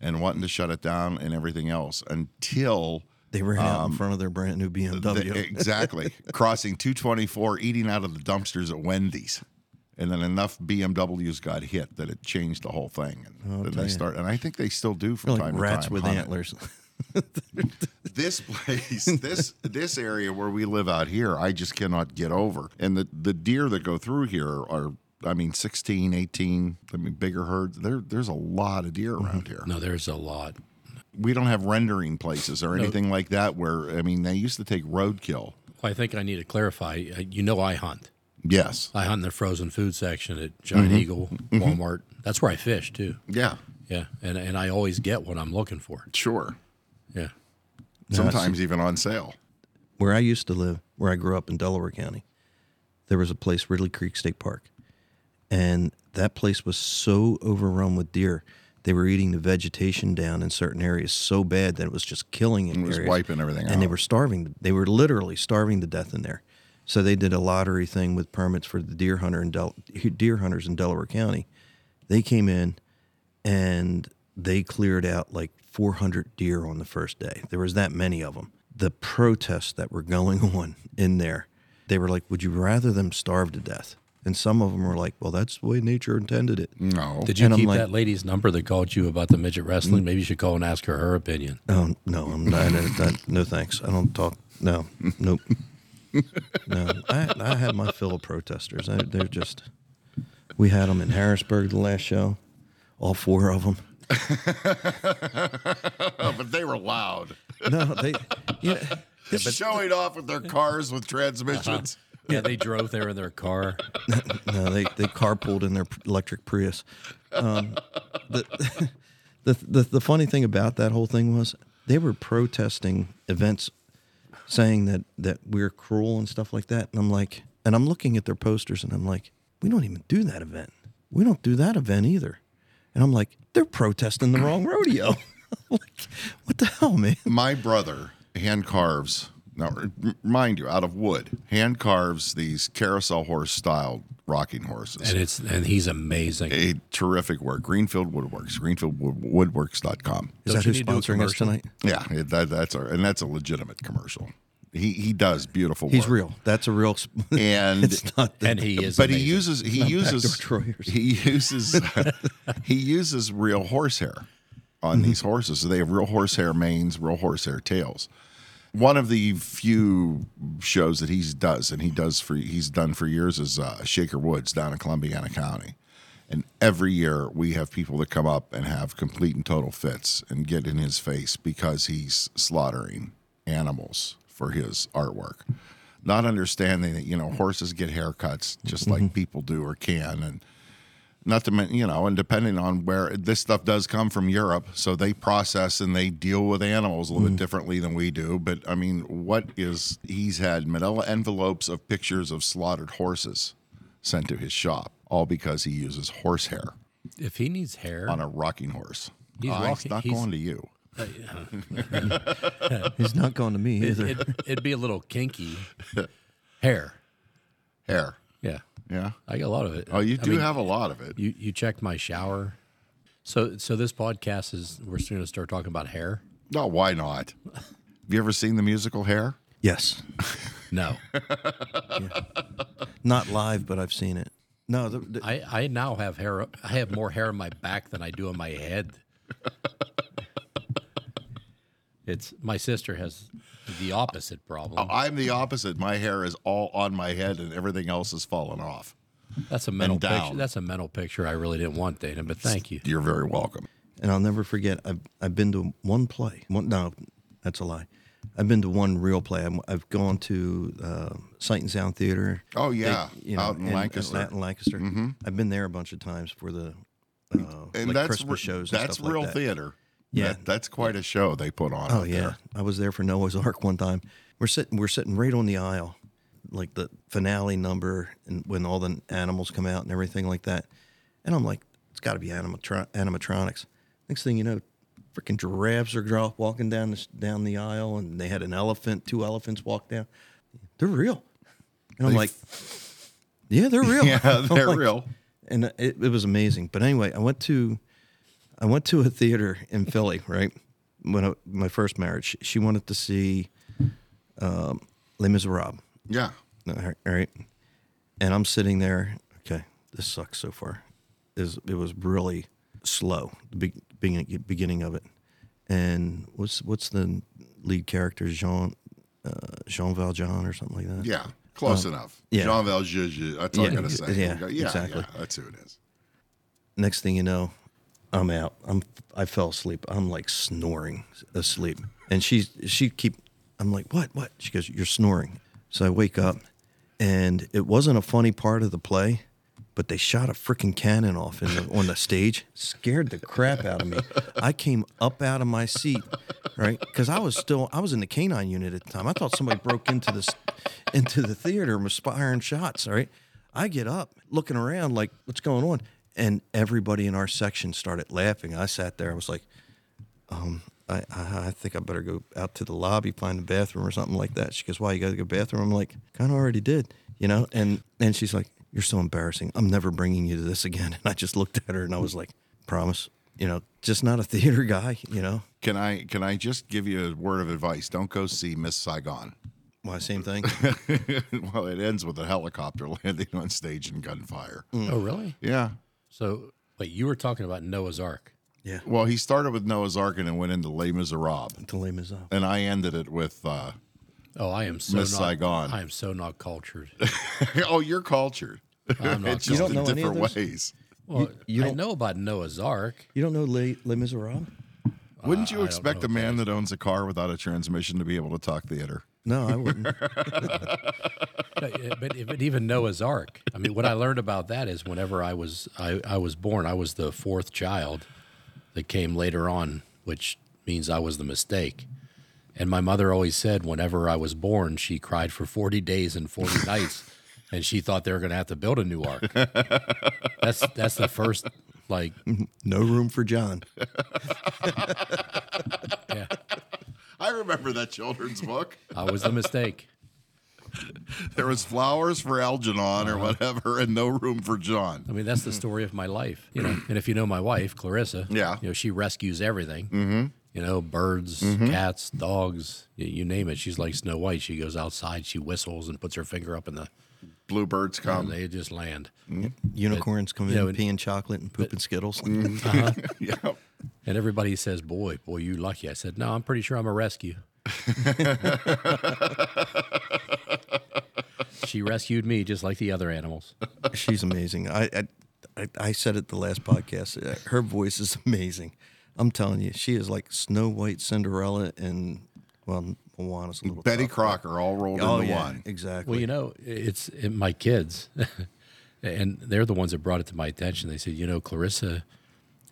and wanting to shut it down and everything else until
They ran
Um,
out in front of their brand new BMW.
the, exactly crossing 224, eating out of the dumpsters at Wendy's. And then enough BMWs got hit that it changed the whole thing. And then they start, and I think they still do from
They're Oh, like
time
rats
to time.
with
hunt it
antlers.
this place, this this area where we live out here, I just cannot get over. And the the deer that go through here are I mean 16, 18, I mean bigger herds. There there's a lot of deer
Mm-hmm.
around here.
no, there's a lot.
We don't have rendering places or anything like that where I mean they used to take roadkill.
Well, I think I need to clarify. Uh, You know, I hunt.
Yes.
I hunt in the frozen food section at Giant
Mm-hmm.
Eagle, Walmart. That's where I fish too.
Yeah.
Yeah, and and I always get what I'm looking for.
Sure.
Yeah,
Sometimes even on sale.
where I used to live, where I grew up in Delaware County, there was a place, Ridley Creek State Park. And that place was so overrun with deer. They were eating the vegetation down in certain areas so bad that it was just killing it.
It was wiping everything
and they
out.
were starving. They were literally starving to death in there. So they did a lottery thing with permits for the deer hunter in Del- deer hunters in Delaware County. They came in and they cleared out like 400 deer on the first day. There was that many of them. The protests that were going on in there, they were like, "Would you rather them starve to death?" And some of them were like, "Well, that's the way nature intended it."
No.
did you
And I'm
keep
like-
that lady's number that called you about the midget wrestling? Maybe you should call and ask her her opinion.
Oh no, I'm not. I, I- no thanks. I don't talk. No, nope. No, I, I had my fill of protesters. I, they're just. We had them in Harrisburg the last show, all four of them.
Oh, but they were loud.
No, they. Yeah, Uh-huh.
showing off with their cars with transmissions.
Yeah, they drove there in their car.
No, Uh, they they carpooled in their electric Prius. Um, the, the the the funny thing about that whole thing was they were protesting events, saying that that we're cruel and stuff like that. And I'm like, and I'm looking at their posters, and I'm like, we don't even do that event. We don't do that event either. And I'm like, they're protesting the wrong rodeo. like, what the hell, man?
My brother hand carves, now r- mind you, out of wood, hand carves these carousel horse style rocking horses.
And it's and he's amazing.
a terrific work. Greenfield Woodworks, greenfieldwoodworks.com.
Is
Don't
that
you
who's
need to do a
sponsoring us
commercial?
tonight?
Yeah, it, that, that's our, and that's a legitimate commercial. He he does beautiful work.
He's real. That's a real. sp-
And
it's not the
and he is
but he
amazing.
uses he uses
backdoor Troyers.
he uses he uses real horsehair on these horses. So they have real horsehair manes, real horsehair tails. One of the few shows that he's does and he does for he's done for years is uh, Shaker Woods down in Columbiana County. And every year we have people that come up and have complete and total fits and get in his face because he's slaughtering animals for his artwork. Not understanding that, you know, horses get haircuts just like people do or can. And not to mention, you know, and depending on where this stuff does come from Europe, so they process and they deal with animals a little bit differently than we do. But I mean, what is he's had manila envelopes of pictures of slaughtered horses sent to his shop, all because he uses horsehair
if he needs hair,
on a rocking horse.
He's
Ah, it's
walking-
not
he's-
going to you.
He's not going to me either.
it, it'd be a little kinky. hair.
Hair.
Yeah.
Yeah.
I got a lot of it.
Oh, you
I
do
mean,
have a lot of it.
You you checked my shower. So so this podcast is we're soon gonna start talking about hair.
No, why not? Have you ever seen the musical Hair?
yes.
No,
Not live, but I've seen it. No, the, the,
I I now have hair. I have more hair on my back than I do on my head. It's my sister has the opposite problem.
I'm the opposite. My hair is all on my head and everything else is falling off.
That's a mental picture.
down.
That's a mental picture. I really didn't want, Dana, but thank you.
You're very welcome.
and I'll never forget. I've I've been to one play. One, no, that's a lie. I've been to one real play. I'm, I've gone to uh, Sight and Sound Theater.
Oh, yeah,
They- you know,
out in Lancaster. Mm-hmm.
Atlanta, Lancaster. I've been there a bunch of times for the uh,
and
like
that's
Christmas
re-
shows. and
That's
stuff like
real
that.
theater.
Yeah.
That- that's quite a show they put on.
Oh
out
yeah,
there.
I was there for Noah's Ark one time. We're sitting, we're sitting right on the aisle, like the finale number, and when all the animals come out and everything like that. And I'm like, it's got to be animatro- animatronics. Next thing you know, freaking giraffes are dra- walking down the s- down the aisle, and they had an elephant, two elephants walk down. They're real, and I'm
They
like, yeah, they're real. Oh,
Yeah,
I'm
they're
like-
real.
and it, it was amazing. But anyway, I went to I went to a theater in Philly, right? When I, my first marriage, she, she wanted to see um, Les Miserables.
Yeah.
All right, all right, and I'm sitting there. Okay, this sucks so far. It was, it was really slow the be, beginning beginning of it. And what's what's the lead character Jean uh, Jean Valjean or something like that?
Yeah. Close enough.
Um, yeah.
Jean Valjean. Zhu- That's all I
Yeah,
gotta say.
yeah,
yeah,
exactly.
yeah, that's who it is.
next thing you know, I'm out. I'm I fell asleep. I'm like snoring asleep, and she's she keep. I'm like, what, what? She goes, you're snoring. So I wake up, and it wasn't a funny part of the play, but they shot a freaking cannon off in the, on the stage, scared the crap out of me. I came up out of my seat, right? Because I was still I was in the canine unit at the time. I thought somebody broke into this into the theater and was firing shots. All right, I get up, looking around, like, what's going on? And everybody in our section started laughing. I sat there. I was like, um, I, I, I think I better go out to the lobby, find the bathroom or something like that. She goes, why you got to go to the bathroom? I'm like, kind of already did, you know? And, and she's like, you're so embarrassing. I'm never bringing you to this again. And I just looked at her and I was like, promise, you know, just not a theater guy, you know?
Can I can I just give you a word of advice? Don't go see Miss Saigon.
Why, same thing.
well, it ends with a helicopter landing on stage and gunfire.
Mm.
Oh, really?
Yeah.
So, wait, you were talking about Noah's Ark.
Well, he started with Noah's Ark and then went into Les Miserables,
to lame is up.
and I ended it with, uh,
Oh, I am so
Miss
not,
Saigon.
I am so not cultured.
"Oh, you're cultured."
I'm not
It's just
don't
in
know any of
different
those?
ways.
Well,
you
I
don't-
know about Noah's Ark.
You don't know Les, Les Miserables?
Wouldn't you
I don't
expect
know
a man that owns a car without a transmission to be able to talk theater?
No, I wouldn't.
but, but if- but even Noah's Ark. I mean, what I learned about that is whenever I was I, I was born, I was the fourth child that came later on, which means I was the mistake. And my mother always said, whenever I was born, she cried for forty days and forty nights, and she thought they were going to have to build a new ark. that's that's the first like
No room for John.
yeah,
I remember that children's book.
I was the mistake.
There was flowers for Algernon or
Uh-huh.
whatever, and no room for John.
I mean, that's the story of my life, you know. And if you know my wife, Clarissa,
Yeah.
you know, she rescues everything. Mm-hmm. You know, birds, cats, dogs, you, you name it. She's like Snow White. She goes outside, she whistles, and puts her finger up in the.
Bluebirds
and
come.
they just land.
Unicorns come
Yeah,
in
and-
peeing chocolate and pooping Skittles.
Mm-hmm. yeah.
And everybody says, "Boy, boy, you lucky." I said, "No, I'm pretty sure I'm a rescue." she rescued me just like the other animals.
Ah, She's amazing. I, I- I I said it the last podcast. uh, Her voice is amazing. I'm telling you, she is like Snow White, Cinderella, and well, Moana's a little
Betty
tough.
Crocker all rolled
Oh
into
yeah,
one.
exactly.
Well, you know, it's it, my kids, and they're the ones that brought it to my attention. They said, you know, Clarissa,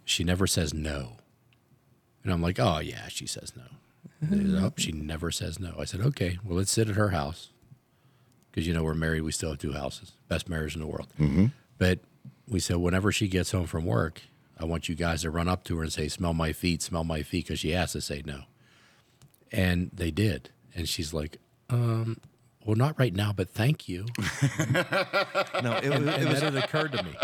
she never says no, and I'm like, oh yeah, she says no. They said, "Oh, she never says no. I said, okay, well, let's sit at her house because you know we're married. We still have two houses, best marriage in the world. But we said, whenever she gets home from work, I want you guys to run up to her and say, smell my feet, smell my feet, because she has to say no. And they did, and she's like, well, not right now, but thank you.
no, it, was- it
and
was
then it occurred to me.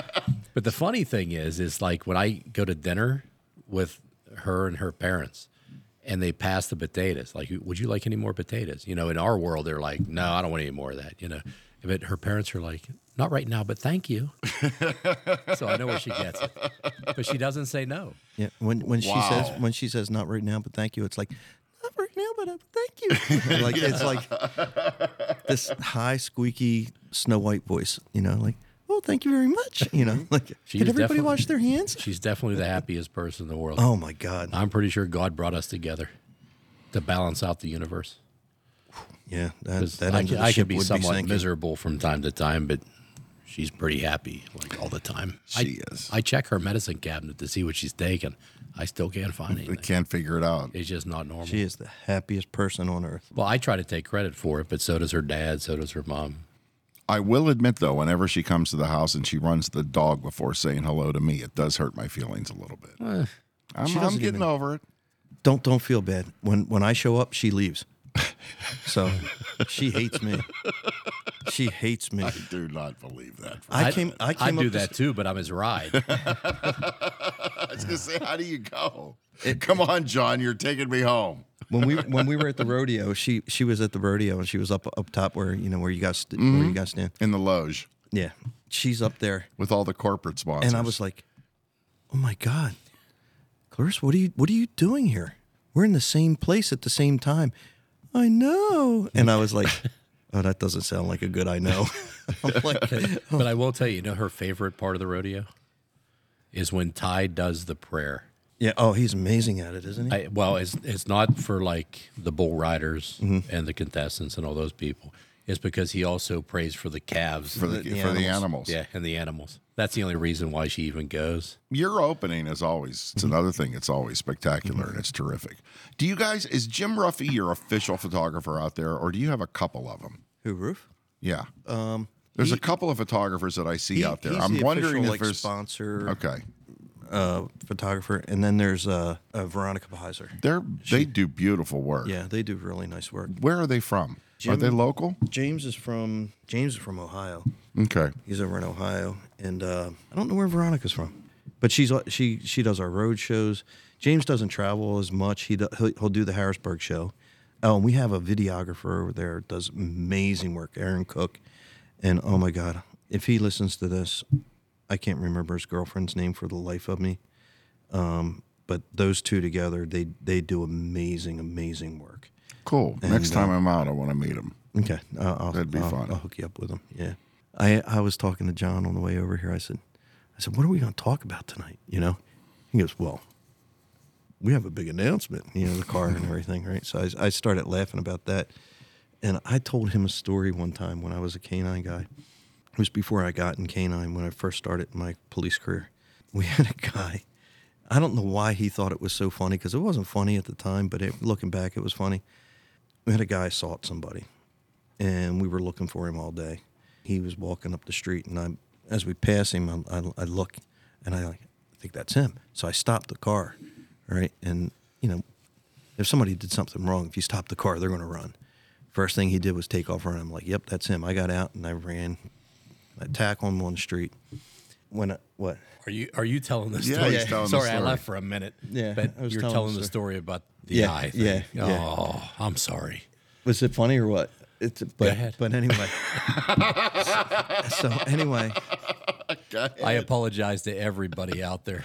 But the funny thing is, is like when I go to dinner with her and her parents, and they pass the potatoes. Like, would you like any more potatoes? You know, in our world, they're like, no, I don't want any more of that. You know, but her parents are like, not right now, but thank you. so I know where she gets it, but she doesn't say no.
yeah, when when she
Wow.
says when she says not right now, but thank you. It's like not right now, but uh, thank you. like it's like this high squeaky Snow White voice. You know, like oh, thank you very much. You know, like
She
did
is
everybody
definitely-
wash their hands?
She's definitely the happiest person in the world.
Oh my God.
I'm pretty sure God brought us together to balance out the universe.
Yeah, that,
'Cause
that
I,
end
could,
of the
I
ship
could be
would
somewhat
sinking.
miserable from time to time, but she's pretty happy like all the time.
She
I,
is.
I check her medicine cabinet to see what she's taking. I still can't find
We
anything.
can't figure it out.
It's just not normal.
She is the happiest person on earth.
well, I try to take credit for it, but so does her dad. So does her mom.
I will admit, though, whenever she comes to the house and she runs the dog before saying hello to me, it does hurt my feelings a little bit. I'm, I'm
Eh, doesn't
getting
even-
over it.
Don't don't feel bad. When when I show up, she leaves. So she hates me. She hates me.
I do not believe that.
I came I
I
came up
do
to
that
s-
too, but I'm his ride.
I was going to say, how do you go? Come on, John, you're taking me home.
when we when we were at the rodeo. She she was at the rodeo and she was up up top where you know where you guys st- where
Mm-hmm.
you guys stand.
In the loge
Yeah, she's up there,
with all the corporate sponsors.
and I was like, oh my god, Clarissa, what are you what are you doing here? We're in the same place at the same time. I know, and I was like. Oh, that doesn't sound like a good I know. I'm like,
but I will tell you, you know, her favorite part of the rodeo is when Ty does the prayer.
Yeah. Oh, he's amazing at it, isn't he?
I, well, it's it's not for like the bull riders and the contestants and all those people. It's because he also prays for the calves
for the,
the- the
for the
animals.
animals.
Yeah, and the animals. That's the only reason why she even goes.
Your opening is always
Mm-hmm.
it's another thing. It's always spectacular and it's terrific. Do you guys is Jim Ruffy your official photographer out there, or do you have a couple of them?
Who roof?
Yeah. Um, there's a couple of photographers that I see
He-
out there.
he's
I'm
the official,
wondering if
like,
there's
sponsor uh,
okay.
photographer, and then there's uh, uh, Veronica Heiser.
They're they do beautiful work.
Yeah, they do really nice work.
Where are they from? are
Jim-
they local?
James is from James is from Ohio.
Okay.
He's over in Ohio, and uh, I don't know where Veronica's from, but she's uh, she she does our road shows. James doesn't travel as much. He do, he'll, he'll do the Harrisburg show. Oh, and we have a videographer over there that does amazing work, Aaron Cook. And oh my God, if he listens to this, I can't remember his girlfriend's name for the life of me. Um, but those two together, they they do amazing, amazing work.
Cool. Next
uh,
time I'm out, I want to meet them.
Okay, uh, I'll,
That'd be
I'll-
fun.
I'll hook you up with him. Yeah, I I was talking to John on the way over here. I said, I said, what are we going to talk about tonight? You know, he goes, well, we have a big announcement. You know, the car and everything, right? So I, I started laughing about that, And I told him a story one time when I was a canine guy. It was before I got in canine when I first started my police career. We had a guy. I don't know why he thought it was so funny because it wasn't funny at the time, but it, looking back, it was funny. We had a guy assault somebody, and we were looking for him all day. He was walking up the street, and I, as we pass him, I, I, I look, and I like, I think that's him. So I stopped the car, right? And you know, if somebody did something wrong, if you stop the car, they're going to run. First thing he did was take off running. I'm like, yep, that's him. I got out and I ran. I tackled him on the street. When I, what?
Are you are you telling this
Yeah,
story?
he's telling the
Sorry, I
story.
left for a minute.
Yeah,
but
I was
you're
telling
telling
the
the story about the
Yeah,
eye.
yeah,
Thing.
yeah.
Oh, I'm sorry.
Was it funny or what? It's, but,
ahead.
but anyway. so anyway,
I apologize to everybody out there.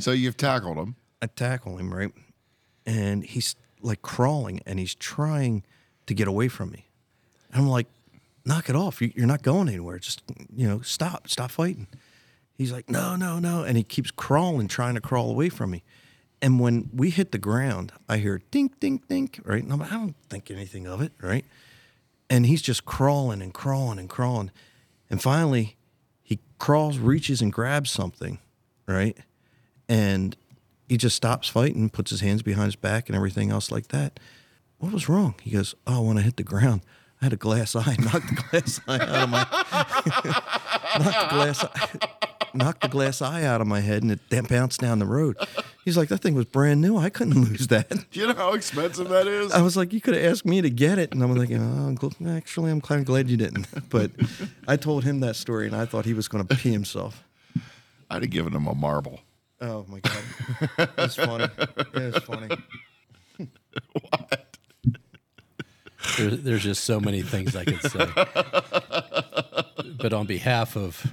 so you've tackled him.
I tackle him, right? And he's like crawling and he's trying to get away from me. And I'm like, knock it off. You- You're not going anywhere. Just, you know, stop, stop fighting. He's like, no, no, no. And he keeps crawling, trying to crawl away from me. And when we hit the ground, I hear dink, dink, dink, right? And I'm like, I don't think anything of it, right? And he's just crawling and crawling and crawling. And finally, he crawls, reaches, and grabs something, right? and he just stops fighting, puts his hands behind his back and everything else like that. What was wrong? He goes, Oh, when I hit the ground, I had a glass eye, knocked the glass eye out of my knocked the glass eye knocked the glass eye out of my head and it da- bounced down the road. He's like, That thing was brand new. I couldn't lose that.
Do you know how expensive that is?
I was like, you could have asked me to get it, and I'm thinking, oh, I'm gl- actually, I'm kind of glad you didn't. But I told him that story, and I thought he was going to pee himself.
I'd have given him a marble.
Oh my god, that's funny. That's funny.
There, there's just so many things I could say. but on behalf of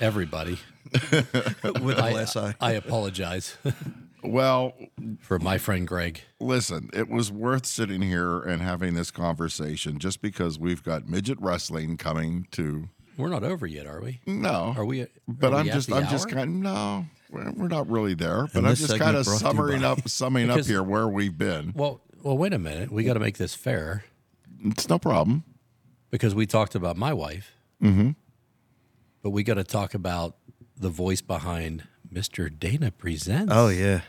everybody,
With
I,
less eye.
I apologize
Well,
for my friend Greg.
listen, it was worth sitting here and having this conversation just because we've got midget wrestling coming to.
We're not over yet, are we?
No,
Are we- are
But
we
I'm
at
just,
the
I'm just
hour?
kind of no, we're, we're not really there. But I'm
this
just
segment
kind of
brought to you
summing
by-
up, summing up
Because-
here where we've been.
Well, well, wait a minute. We got to make this fair
It's no problem.
because we talked about my wife. Mm-hmm. But we got to talk about the voice behind Mr. Dana Presents.
Oh yeah,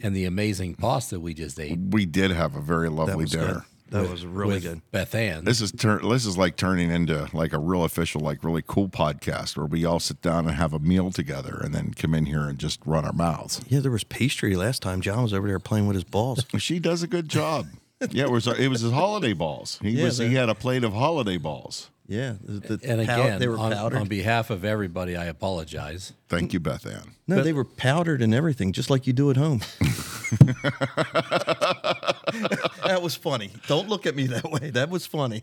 and the amazing pasta we just ate
We did have a very
that
lovely
was
dinner.
good. That was really
with
good.
Beth Ann.
This is turn. This is like turning into like a real official, like really cool podcast where we all sit down and have a meal together, and then come in here and just run our mouths.
Yeah, there was pastry last time. John was over there playing with his balls.
She does a good job. yeah, it was it was his holiday balls. He
Yeah,
was he
they're-
had a plate of holiday balls.
Yeah, the, the
and
pow-
again,
they were
on,
powdered.
on behalf of everybody, I apologize.
Thank you, Beth Ann.
no, they were powdered and everything, just like you do at home. that was funny. Don't look at me that way. That was funny.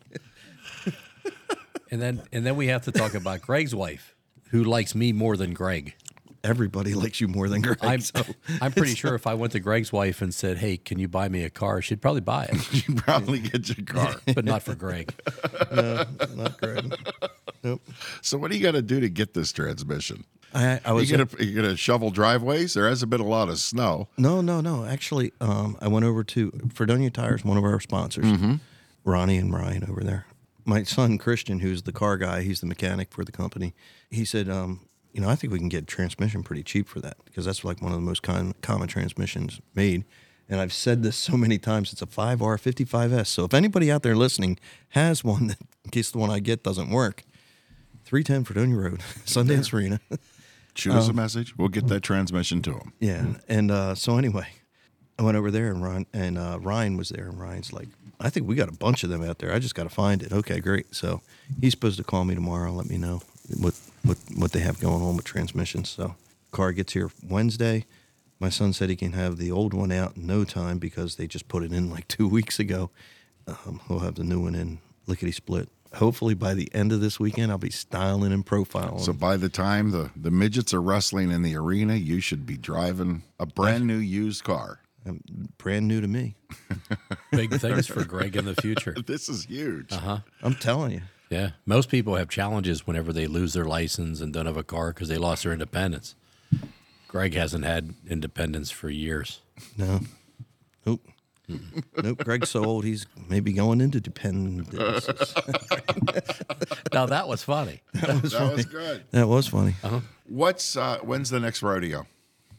And then and then we have to talk about Greg's wife, who likes me more than Greg.
Everybody likes you more than Greg.
I'm
so-
I'm pretty sure if I went to Greg's wife and said, "Hey, can you buy me a car?" she'd probably buy it,
You probably get your car.
but not for Greg.
not Greg. Nope.
so what do you got to do to get this transmission?
I, I
You
was
gonna you gonna shovel driveways? There hasn't been a lot of snow.
No, no, no. Actually, um, I went over to Fredonia Tires, one of our sponsors, Ronnie and Ryan over there. My son Christian, who's the car guy, he's the mechanic for the company. He said, um, "You know, I think we can get transmission pretty cheap for that because that's like one of the most con- common transmissions made." And I've said this so many times. It's a 5R55S. So if anybody out there listening has one, that, in case the one I get doesn't work, 310 Fredonia Road, Sundance Arena.
Shoot
Oh.
us a message. We'll get that transmission to him.
Yeah, and uh, so anyway, I went over there and Ron and uh, Ryan was there, and Ryan's like, "I think we got a bunch of them out there. I just got to find it." Okay, great. So he's supposed to call me tomorrow, let me know what what what they have going on with transmissions. So car gets here Wednesday. My son said he can have the old one out in no time because they just put it in like two weeks ago. Um, he'll have the new one in lickety split. Hopefully by the end of this weekend, I'll be styling and profiling.
So by the time the the midgets are wrestling in the arena, you should be driving a brand new used car.
brand new to me.
Big things for Greg in the future.
This is huge.
I'm telling you.
Yeah, most people have challenges whenever they lose their license and don't have a car because they lost their independence. Greg hasn't had independence for years.
No. Nope. Nope, Greg's so old he's maybe going into dependence.
Now that was funny.
That was good.
that was funny.
What's uh, when's the next rodeo?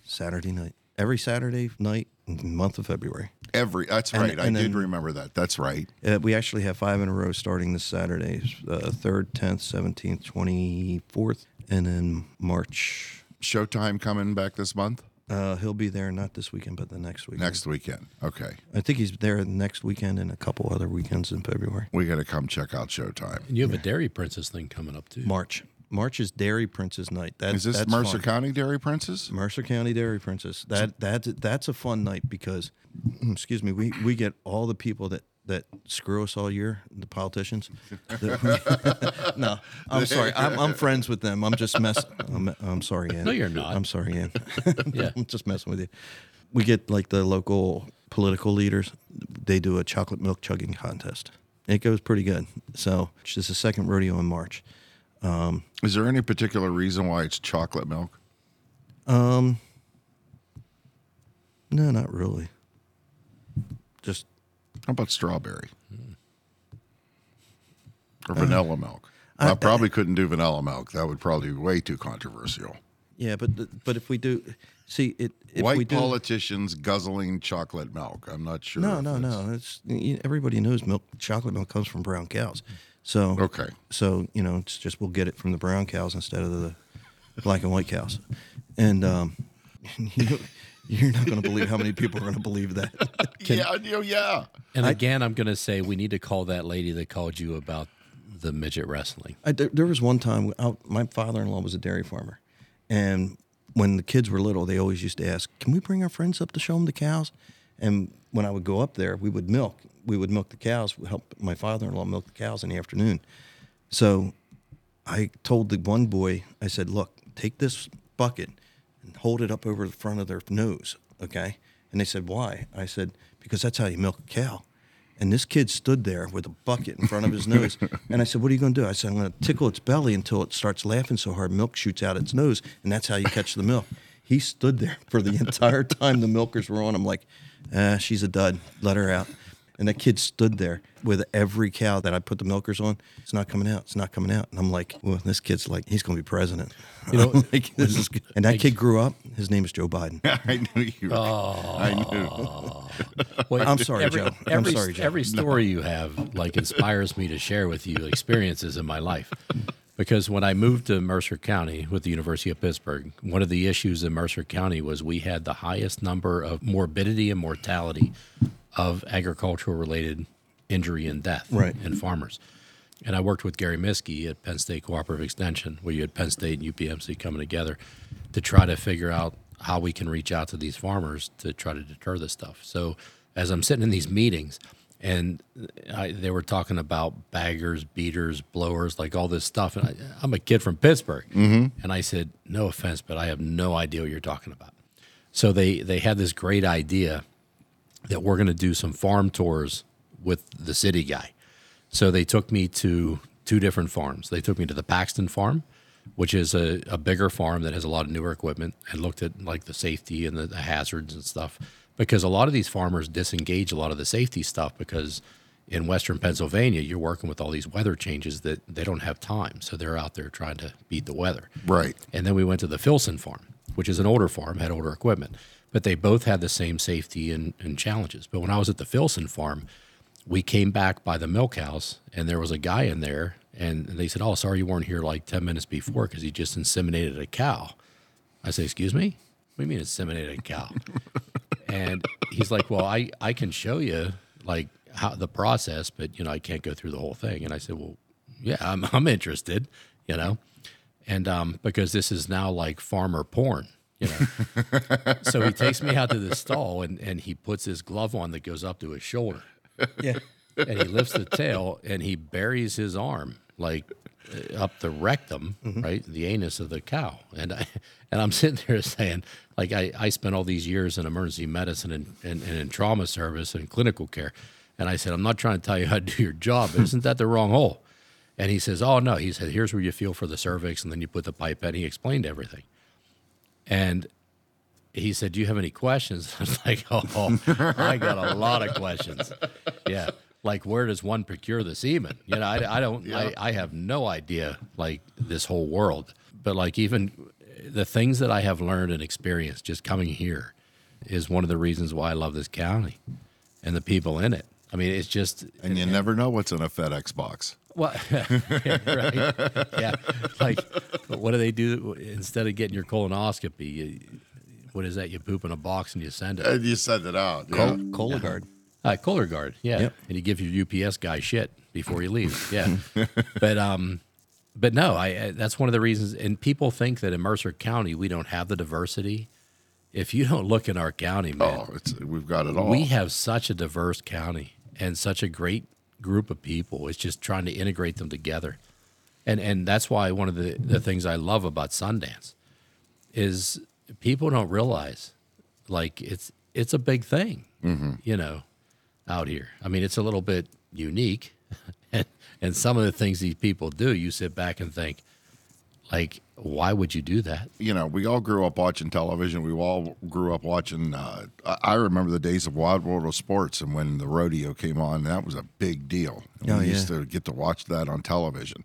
Saturday night, every Saturday night, in the month of February.
Every that's
And-
right. I
and
did
then-
remember that. That's right.
Uh, we actually have five in a row starting this Saturday, uh, third, tenth, seventeenth, twenty fourth, and then March.
Showtime coming back this month,
Uh, he'll be there not this weekend, but the next weekend.
next weekend. Okay,
I think he's there next weekend and a couple other weekends in February.
we got to come check out Showtime.
And you have a Dairy Princess thing coming up too.
March. March is Dairy Princess night. That,
Is this
that's
Mercer
fun.
County Dairy Princess?
Mercer County Dairy Princess. That that that's a fun night because, excuse me, we, we get all the people that that screw us all year, the politicians. that- no, I'm sorry. I'm, I'm friends with them. I'm just mess. I'm, I'm sorry, Ann.
No, you're not.
I'm sorry, Ann.
Yeah.
I'm just messing with you. We get like the local political leaders. They do a chocolate milk chugging contest. It goes pretty good. So it's just the second rodeo in March.
Is there any particular reason why it's chocolate milk?
No, not really. Just
How about strawberry
Uh,
or vanilla milk? I, probably couldn't do vanilla milk. That would probably be way too controversial.
Yeah, but th- but if we do, see it. If we
White
do,
politicians guzzling chocolate milk. I'm not sure.
No,
if
no,
it's-
no. It's y- everybody knows milk. Chocolate milk comes from brown cows, so
Okay.
So you know, it's just we'll get it from the brown cows instead of the black and white cows, and um, you know, you're not going to believe how many people are going to believe that.
yeah, you know, yeah.
And again, I'm going to say we need to call that lady that called you about the midget wrestling.
I, there, there was one time I, my father-in-law was a dairy farmer, and when the kids were little, they always used to ask, "Can we bring our friends up to show them the cows?" And when I would go up there, we would milk. We would milk the cows. We help my father-in-law milk the cows in the afternoon. So I told the one boy, I said, "Look, take this bucket and hold it up over the front of their nose, okay?" And they said, "Why?" I said, "Because that's how you milk a cow." And this kid stood there with a bucket in front of his nose. And I said, What are you going to do? I said, I'm going to tickle its belly until it starts laughing so hard milk shoots out its nose. And that's how you catch the milk. He stood there for the entire time the milkers were on. I'm like, ah, She's a dud. Let her out. And that kid stood there with every cow that I put the milkers on. It's not coming out. It's not coming out. And I'm like, Well, this kid's like, he's going to be president. You know, like, this is good. And that kid grew up. His name is Joe Biden.
I knew you. Were, I knew.
Wait,
I'm sorry, Joe. I'm
every,
sorry, Joe.
Every story you have like inspires me to share with you experiences in my life. Because when I moved to Mercer County with the University of Pittsburgh, one of the issues in Mercer County was we had the highest number of morbidity and mortality of agricultural related injury and death
Right.
in farmers. And I worked with Gary Miskey at Penn State Cooperative Extension, where you had Penn State and UPMC coming together to try to figure out how we can reach out to these farmers to try to deter this stuff. So as I'm sitting in these meetings, and I, they were talking about baggers, beaters, blowers, like all this stuff. And I, I'm a kid from Pittsburgh. And I said, no offense, but I have no idea what you're talking about. So they, they had this great idea that we're going to do some farm tours with the city guy. So they took me to two different farms. They took me to the Paxton farm, which is a, a bigger farm that has a lot of newer equipment and looked at like the safety and the, the hazards and stuff. Because a lot of these farmers disengage a lot of the safety stuff because in Western Pennsylvania, you're working with all these weather changes that they don't have time. So they're out there trying to beat the weather.
Right.
And then we went to the Filson farm, which is an older farm, had older equipment, but they both had the same safety and, and challenges. But when I was at the Filson farm, we came back by the milk house and there was a guy in there and they said, Oh, sorry, you weren't here like 10 minutes before because he just inseminated a cow. I say, Excuse me? What do you mean inseminated a cow? and he's like, "Well, I I can show you like how the process, but you know, I can't go through the whole thing." And I said, "Well, yeah, I'm I'm interested, you know." And um because this is now like farmer porn, you know. so he takes me out to the stall and and he puts his glove on that goes up to his shoulder.
Yeah.
And he lifts the tail and he buries his arm like uh, up the rectum, right, the anus of the cow. And I and I'm sitting there saying, like I, I spent all these years in emergency medicine and, and, and in trauma service and clinical care. And I said, I'm not trying to tell you how to do your job, but isn't that the wrong hole? And he says, Oh no. He said, Here's where you feel for the cervix, and then you put the pipette. He explained everything. And he said, "Do you have any questions?" I was like, "Oh, I got a lot of questions." Yeah, like where does one procure this even? You know, I, I don't, I, I have no idea. Like this whole world, but like even the things that I have learned and experienced just coming here is one of the reasons why I love this county and the people in it. I mean, it's just
And you never know what's in a FedEx box.
well, yeah, right. yeah. Like, what do they do instead of getting your colonoscopy? You, what is that? You poop in a box and you send it.
And you send it out. yeah.
Col- Cologuard.
Uh, Kohler guard, yeah. And you give your UPS guy shit before you leave, yeah. but um, but no, I, I that's one of the reasons. And people think that in Mercer County we don't have the diversity. If you don't look in our county, man,
Oh, it's, we've got it all.
we have such a diverse county and such a great group of people. It's just trying to integrate them together. And and that's why one of the, the things I love about Sundance is people don't realize like it's it's a big thing, you know, out here. I mean, it's a little bit unique. and and some of the things these people do, you sit back and think, like, why would you do that?
you know, we all grew up watching television. We all grew up watching. Uh, I I remember the days of Wild World of Sports, and when the rodeo came on, that was a big deal. And
Oh,
we
yeah.
used to get to watch that on television.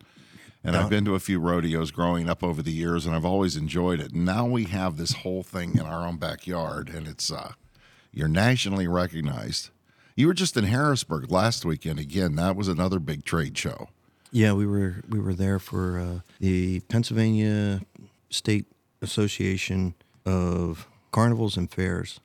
And I've been to a few rodeos growing up over the years, and I've always enjoyed it. Now we have this whole thing in our own backyard, and it's uh, you're nationally recognized. You were just in Harrisburg last weekend again. That was another big trade show.
Yeah, we were we were there for uh, the Pennsylvania State Association of Carnivals and Fairs,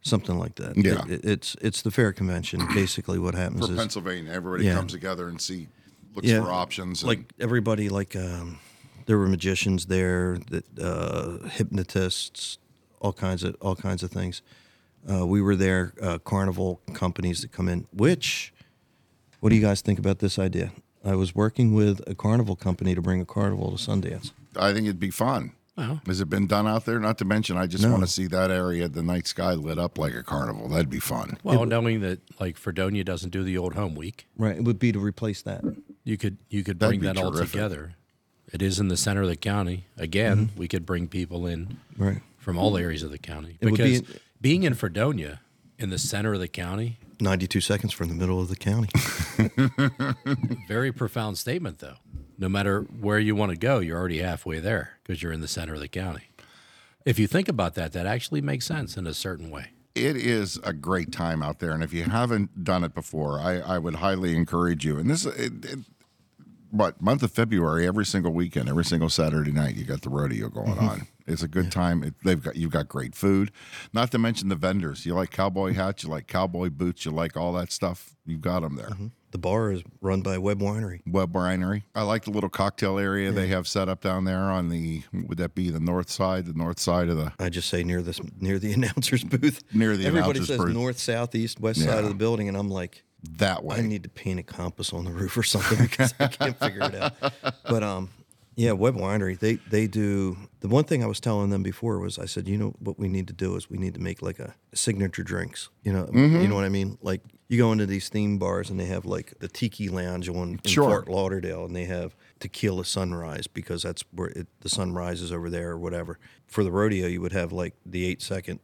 something like that.
Yeah.
It- it- it's it's the fair convention. Basically, what happens
For
is
Pennsylvania, everybody
Yeah.
comes together and see looks for options. and-
Like everybody, like um, there were magicians there, that uh, hypnotists, all kinds of all kinds of things. Uh, we were there. Uh, carnival companies that come in. Which, what do you guys think about this idea? I was working with a carnival company to bring a carnival to Sundance.
I think it'd be fun.
Uh-huh.
Wow.
Has it been done out there? Not to mention, I just want to see that area, the night sky lit up like a carnival. That'd be fun.
Well, knowing that like Fredonia doesn't do the old home week.
Right, it would be to replace that.
You could you could bring
That'd be
that all
terrific.
together. It is in the center of the county. Again,
Mm-hmm.
we could bring people in
Right.
from all areas of the county
Mm-hmm. It would be
because
in-
being in Fredonia in the center of the county,
92 seconds from the middle of the county.
very profound statement though. No matter where you want to go, you're already halfway there because you're in the center of the county. If you think about that, that actually makes sense in a certain way.
It is a great time out there, and if you haven't done it before, I, I would highly encourage you. And this, it, it, what month of February? Every single weekend, every single Saturday night, you got the rodeo going on. It's a good time. It, they've got you've got great food. Not to mention the vendors. You like cowboy hats, you like cowboy boots, you like all that stuff. You've got them there.
the bar is run by Web Winery.
Web Winery. I like the little cocktail area they have set up down there on the would that be the north side, the north side of the
I just say near this near the announcer's booth.
Near the
Everybody
announcer's
says
booth.
north, south, east, west side
Yeah.
of the building and I'm like
that way.
I need to paint a compass on the roof or something because I can't figure it out. But um, yeah, Web Winery, they they do the one thing I was telling them before was I said, you know what we need to do is we need to make like a signature drinks. You know,
Mm-hmm.
you know what I mean? Like you go into these theme bars and they have like the Tiki Lounge on in
Sure.
Fort Lauderdale and they have Tequila Sunrise because that's where it, the sun rises over there or whatever. For the rodeo, you would have like the eight second.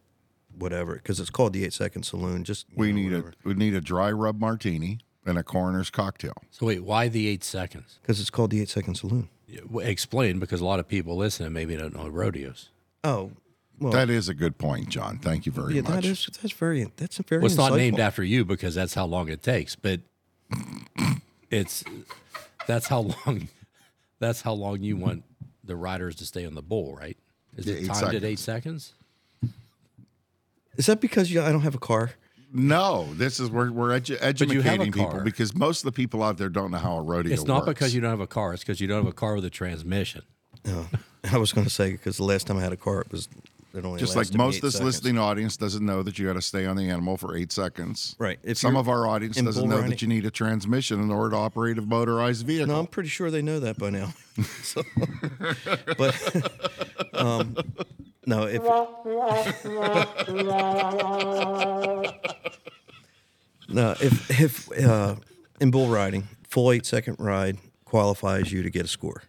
Whatever, because it's called the Eight Second Saloon. Just you
we
know,
need
whatever.
a we need a dry rub martini and a coroner's cocktail.
So wait, why the eight seconds?
because it's called the Eight Second Saloon.
Yeah, w- Explain because a lot of people listen and maybe don't know rodeos.
Oh, well,
that is a good point, John. Thank you very
yeah,
much.
that is that's very that's a very.
Well, it's not named
insightful.
after you because that's how long it takes, but it's that's how long that's how long you want the riders to stay on the bull, right? Is
Yeah,
it
eight
timed at eight seconds?
Is that because you, I don't have a car?
no, this is we're we're edu-
you have a
educating people
car.
because most of the people out there don't know how a rodeo
It's not
works.
because you don't have a car; it's because you don't have a car with a transmission.
I was going to say because the last time I had a car, it was it only
just like
lasted me
most
eight
of this
seconds.
listening audience doesn't know that you got to stay on the animal for eight seconds.
Right. If
Some
you're
of our audience
in
doesn't
bull
know
riding-
that you need a transmission in order to operate a motorized vehicle.
No, I'm pretty sure they know that by now. So- but um, no, if no, if if uh, in bull riding, full eight second ride qualifies you to get a score.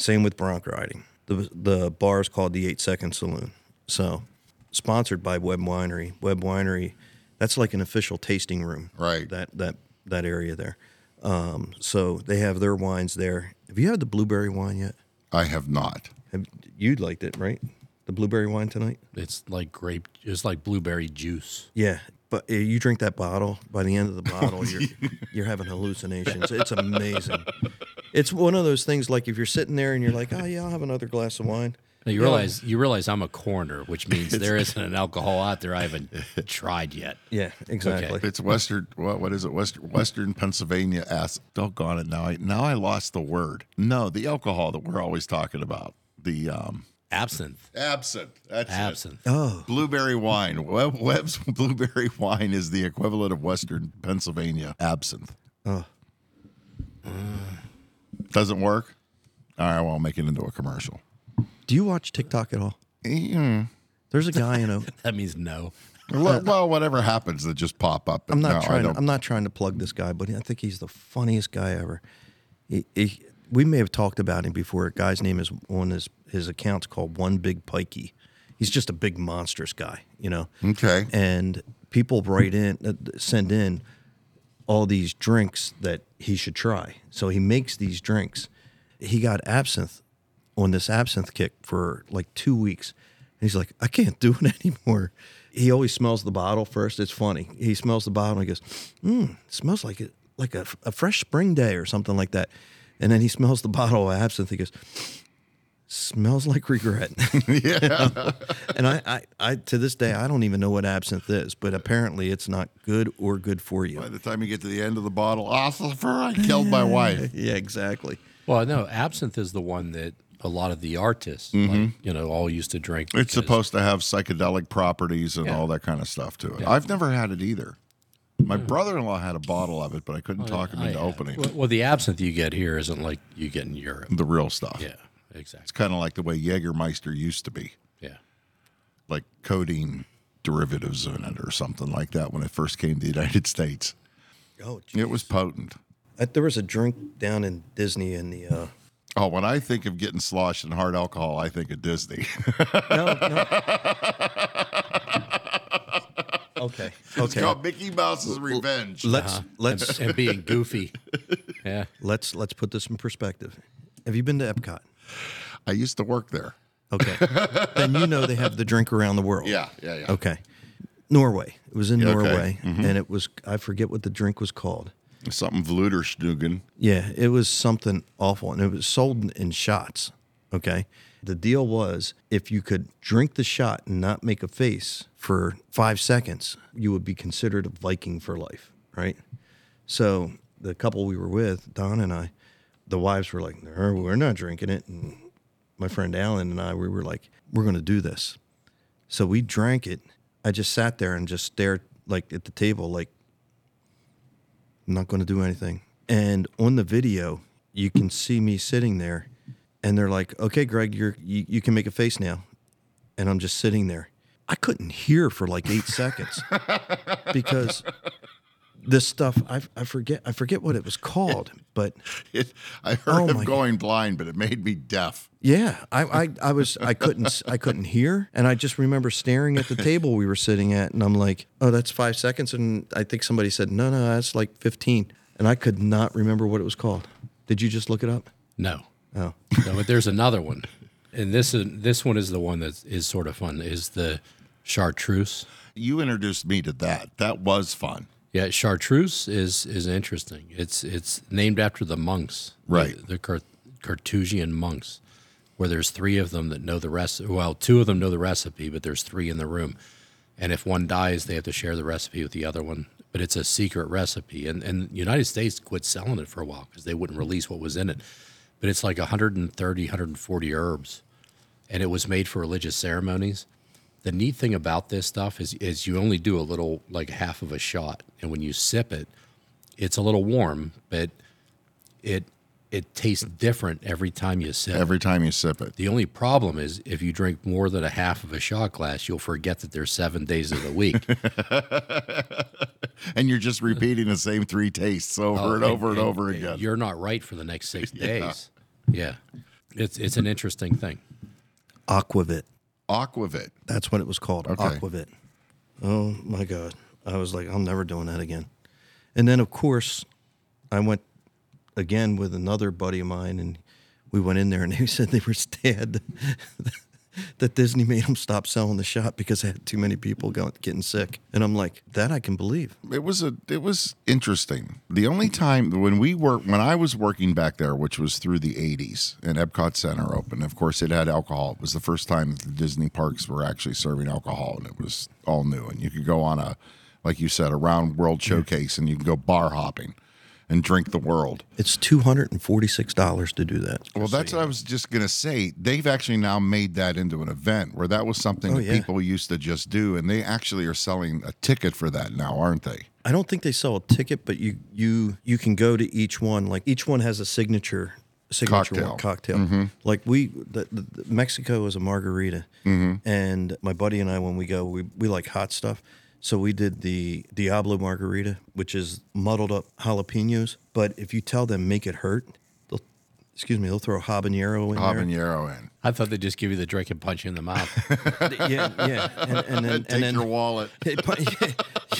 Same with bronc riding. The the bar is called the eight second saloon. So sponsored by Web Winery. Web Winery, that's like an official tasting room.
Right.
That that that area there. Um, so they have their wines there. Have you had the blueberry wine yet?
I have not.
Have, you liked it, right? The blueberry wine tonight.
It's like grape. It's like blueberry juice.
Yeah, but uh, you drink that bottle. By the end of the bottle, you're you're having hallucinations. It's amazing. It's one of those things like if you're sitting there and you're like, oh yeah, I'll have another glass of wine.
Now, you realize you realize I'm a coroner, which means there isn't an alcohol out there I haven't tried yet.
Yeah, exactly.
It's Western. What, what is it? Western Western Pennsylvania. Ass. Doggone it! Now I now I lost the word. No, the alcohol that we're always talking about. The um,
Absinthe,
absinthe. That's it.
absinthe.
Oh.
Blueberry wine. Web, Webb's blueberry wine is the equivalent of Western Pennsylvania absinthe. Doesn't work. All right, well, I'll make it into a commercial.
Do you watch TikTok at all? There's a guy in a.
That means no.
Well, well, whatever happens, they just pop up.
I'm not
No, I
trying.
don't-
I'm not trying to plug this guy, but I think he's the funniest guy ever. He, he, we may have talked about him before. A guy's name is on his his account's called One Big Pikey. He's just a big monstrous guy, you know.
Okay.
And people write in, uh, send in all these drinks that he should try. So he makes these drinks. He got absinthe on this absinthe kick for like two weeks. And he's like, I can't do it anymore. He always smells the bottle first. It's funny. He smells the bottle and he goes, Mmm, smells like it like a, a fresh spring day or something like that. And then he smells the bottle of absinthe. He goes, smells like regret. and I, I, I to this day I don't even know what absinthe is, but apparently it's not good or good for you.
By the time you get to the end of the bottle, "Ah, Ossifer, I killed my wife.
Yeah, exactly.
Well, no, absinthe is the one that a lot of the artists, like, you know, all used to drink.
Mm-hmm. It's
because-
supposed to have psychedelic properties and
Yeah.
all that kind of stuff to it. I've never had it either. My brother-in-law had a bottle of it, but I couldn't talk him
I-
into opening
Well,
it.
well, the absinthe you get here isn't like you get in Europe.
the real stuff.
Yeah, exactly.
It's kind of like the way Jägermeister used to be,
Yeah.
like codeine derivatives in it or something like that when it first came to the United States.
Oh,
It was potent.
I, there was a drink down in Disney in the. Uh,
Oh, when I think of getting sloshed in hard alcohol, I think of Disney.
okay,
it's
okay.
called Mickey Mouse's Revenge.
Let's let's
And being goofy. Yeah.
let's let's put this in perspective. Have you been to Epcot?
I used to work there.
Okay, then you know they have the drink around the world.
Yeah, yeah, yeah.
Okay. Norway. It was in
okay. Mm-hmm.
Norway, and it was I forget what the drink was called.
Something Vluderschnugen.
Yeah, it was something awful, and it was sold in shots. Okay, the deal was if you could drink the shot and not make a face for five seconds, you would be considered a Viking for life, right? So the couple we were with, Don and I, the wives were like, "No, we're not drinking it." And my friend Alan and I, we were like, "We're going to do this." So we drank it. I just sat there and just stared like at the table, like I'm not going to do anything. And on the video, you can see me sitting there, and they're like, "Okay, Greg, you're you, you can make a face now," and I'm just sitting there. I couldn't hear for like eight seconds because this stuff I, I forget I forget what it was called, but
It, I heard
Oh
him
my
going blind, but it made me deaf.
yeah, I, I I was I couldn't I couldn't hear, and I just remember staring at the table we were sitting at, and I'm like, "Oh, that's five seconds," and I think somebody said, "No, no, that's like 15," and I could not remember what it was called. Did you just look it up?
No.
Oh.
No, but there's another one. And this is this one is the one that is sort of fun. Is the chartreuse.
You introduced me to that. That was fun.
Yeah, chartreuse is is interesting. It's it's named after the monks,
Right.
The, the Cart- Carthusian monks, where there's three of them that know the rest. Well, two of them know the recipe, but there's three in the room, and if one dies, they have to share the recipe with the other one. But it's a secret recipe, and and the United States quit selling it for a while because they wouldn't release what was in it. But it's like 130, 140 herbs, and it was made for religious ceremonies the neat thing about this stuff is is you only do a little like half of a shot and when you sip it it's a little warm but it it tastes different every time you sip
Every time you sip it.
the only problem is if you drink more than a half of a shot glass you'll forget that there's seven days of the week
And you're just repeating the same three tastes over Oh, and over and, over again.
you're not right for the next six days yeah it's it's an interesting thing
Aquavit.
Aquavit.
That's what it was called,
Okay.
Aquavit. Oh my god! I was like, I'm never doing that again. And then of course, I went again with another buddy of mine, and we went in there, and they said they were sad that Disney made them stop selling the shop because they had too many people going, getting sick. And I'm like, that I can believe.
It was a it was interesting. The only time when we were when I was working back there, which was through the '80s, and Epcot Center opened. Of course, it had alcohol. It was the first time that the Disney parks were actually serving alcohol, and it was all new. And you could go on a, like you said, a round world showcase, and you can go bar hopping, and drink the world.
It's two hundred and forty-six dollars to do that.
Well, that's what I was just going to say. They've actually now made that into an event where that was something
Oh,
that
yeah.
people used to just do, and they actually are selling a ticket for that now, aren't they?
I don't think they sell a ticket, but you you you can go to each one. Like each one has a signature signature
Cocktail.
cocktail. Mm-hmm. cocktail. Like we, the, the, the- Mexico is a margarita, and my buddy and I, when we go, we we like hot stuff. So we did the Diablo margarita, which is muddled up jalapenos. But if you tell them make it hurt, they'll excuse me, they'll throw habanero in there.
Habanero in.
I thought they'd just give you the drink and punch you in the mouth.
Yeah, yeah, and, and then
Take
and then
your wallet.
They put- yeah,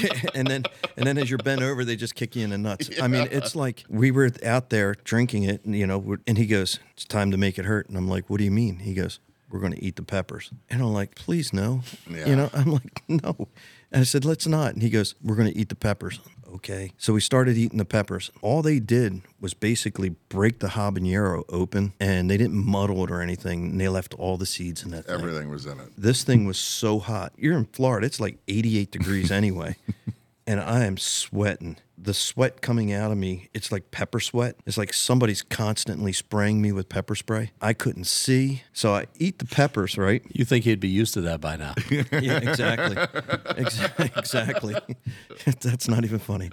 yeah, and then and then as you're bent over, they just kick you in the nuts. I mean, it's like we were out there drinking it, and you know, we're, and he goes, "It's time to make it hurt," and I'm like, "What do you mean?" He goes, "We're going to eat the peppers," and I'm like, "Please no,"
Yeah.
you know, I'm like, "No," and I said, "Let's not," and he goes, "We're going to eat the peppers." Okay, so we started eating the peppers. All they did was basically break the habanero open, and they didn't muddle it or anything. And they left all the seeds in that. thing
Everything was in it.
this thing was so hot. You're in Florida, it's like 88 degrees anyway. And I am sweating. The sweat coming out of me, it's like pepper sweat. It's like somebody's constantly spraying me with pepper spray. I couldn't see. So I eat the peppers, right?
you think he'd be used to that by now?
Yeah, exactly. Ex- exactly. That's not even funny.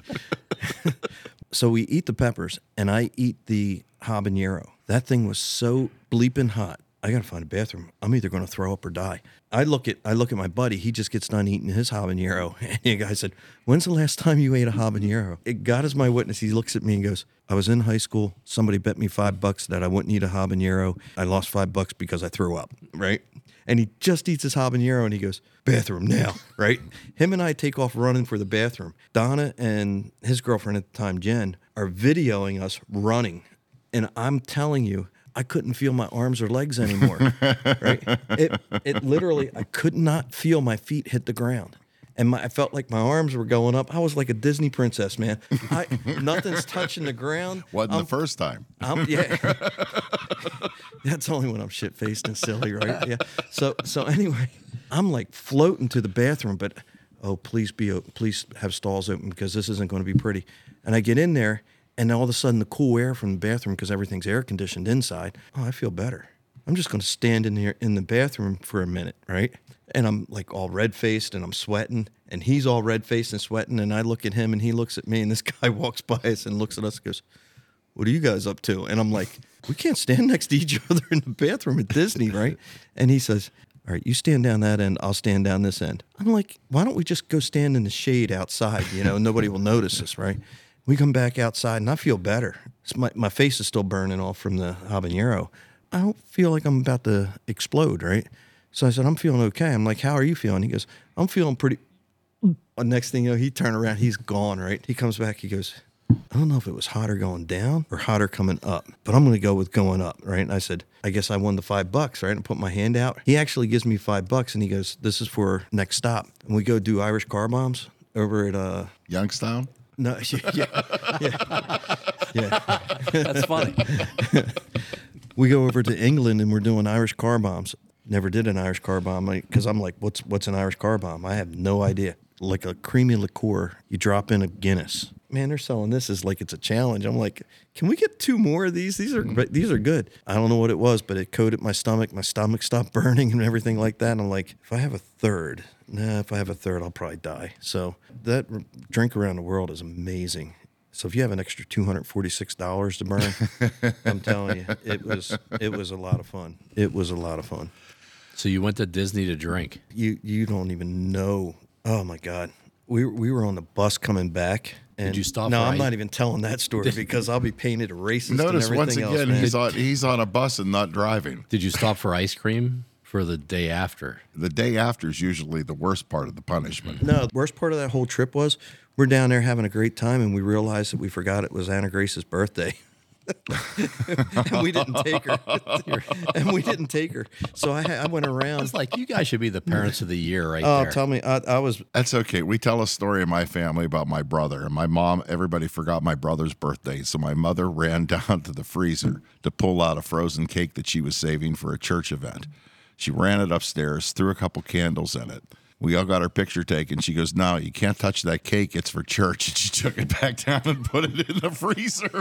so we eat the peppers, and I eat the habanero. That thing was so bleeping hot. I gotta find a bathroom. I'm either gonna throw up or die. I look at I look at my buddy. He just gets done eating his habanero, and the guy said, "When's the last time you ate a habanero?" It, God is my witness. He looks at me and goes, "I was in high school. Somebody bet me five bucks that I wouldn't eat a habanero. I lost five bucks because I threw up." Right? and he just eats his habanero and he goes bathroom now right him and i take off running for the bathroom donna and his girlfriend at the time jen are videoing us running and i'm telling you i couldn't feel my arms or legs anymore right it, it literally i could not feel my feet hit the ground and my, I felt like my arms were going up. I was like a Disney princess, man. I, nothing's touching the ground.
Wasn't
I'm
the first time.
I'm, Um, yeah. That's only when I'm shit faced and silly, right? Yeah. So so anyway, I'm like floating to the bathroom, but oh please be open, please have stalls open because this isn't going to be pretty. And I get in there, and all of a sudden the cool air from the bathroom because everything's air conditioned inside. Oh, I feel better. I'm just going to stand in here in the bathroom for a minute, right? And I'm like all red faced and I'm sweating, and he's all red faced and sweating, and I look at him and he looks at me, and this guy walks by us and looks at us and goes what are you guys up to? And I'm like, we can't stand next to each other in the bathroom at Disney, right? And he says, all right, you stand down that end, I'll stand down this end. I'm like, why don't we just go stand in the shade outside? You know, nobody will notice us, right? We come back outside and I feel better. It's my, my face is still burning off from the habanero. I don't feel like I'm about to explode, right? So I said, I'm feeling okay. I'm like, how are you feeling? He goes, I'm feeling pretty, well, uh, next thing you know, he turned around, he's gone, right? He comes back, he goes, I don't know if it was hotter going down or hotter coming up, but I'm going to go with going up, right? And I said, I guess I won the five bucks, right? And put my hand out. He actually gives me five bucks and he goes, This is for next stop. And we go do Irish car bombs over at, uh,
Youngstown?
no, yeah, yeah, yeah.
That's funny.
we go over to England and we're doing Irish car bombs. Never did an Irish car bomb because I'm like, what's what's an Irish car bomb? I have no idea. Like a creamy liqueur, you drop in a Guinness. Man, they're selling this as like it's a challenge. I'm like, can we get two more of these? These are these are good. I don't know what it was, but it coated my stomach. My stomach stopped burning and everything like that. And I'm like, if I have a third, nah, if I have a third, I'll probably die. So that r- drink around the world is amazing. So if you have an extra two hundred forty-six dollars to burn, I'm telling you, it was it was a lot of fun. It was a lot of fun.
So you went to Disney to drink.
You you don't even know. Oh my God, we we were on the bus coming back. And
you stop
No,
for
I'm
ice?
not even telling that story because I'll be painted a racist.
Notice
and everything
once
else,
again
man.
he's on he's on a bus and not driving.
Did you stop for ice cream? for the day after.
The day after is usually the worst part of the punishment.
No, the worst part of that whole trip was we're down there having a great time and we realized that we forgot it was Anna Grace's birthday. and we didn't take her. and we didn't take her. So I, ha- I went around.
It's like you guys should be the parents of the year right
Oh,
there.
tell me, I, I was
That's okay. We tell a story in my family about my brother and my mom. Everybody forgot my brother's birthday, so my mother ran down to the freezer to pull out a frozen cake that she was saving for a church event. She ran it upstairs, threw a couple candles in it. We all got our picture taken. She goes, "No, you can't touch that cake. It's for church." And she took it back down and put it in the freezer.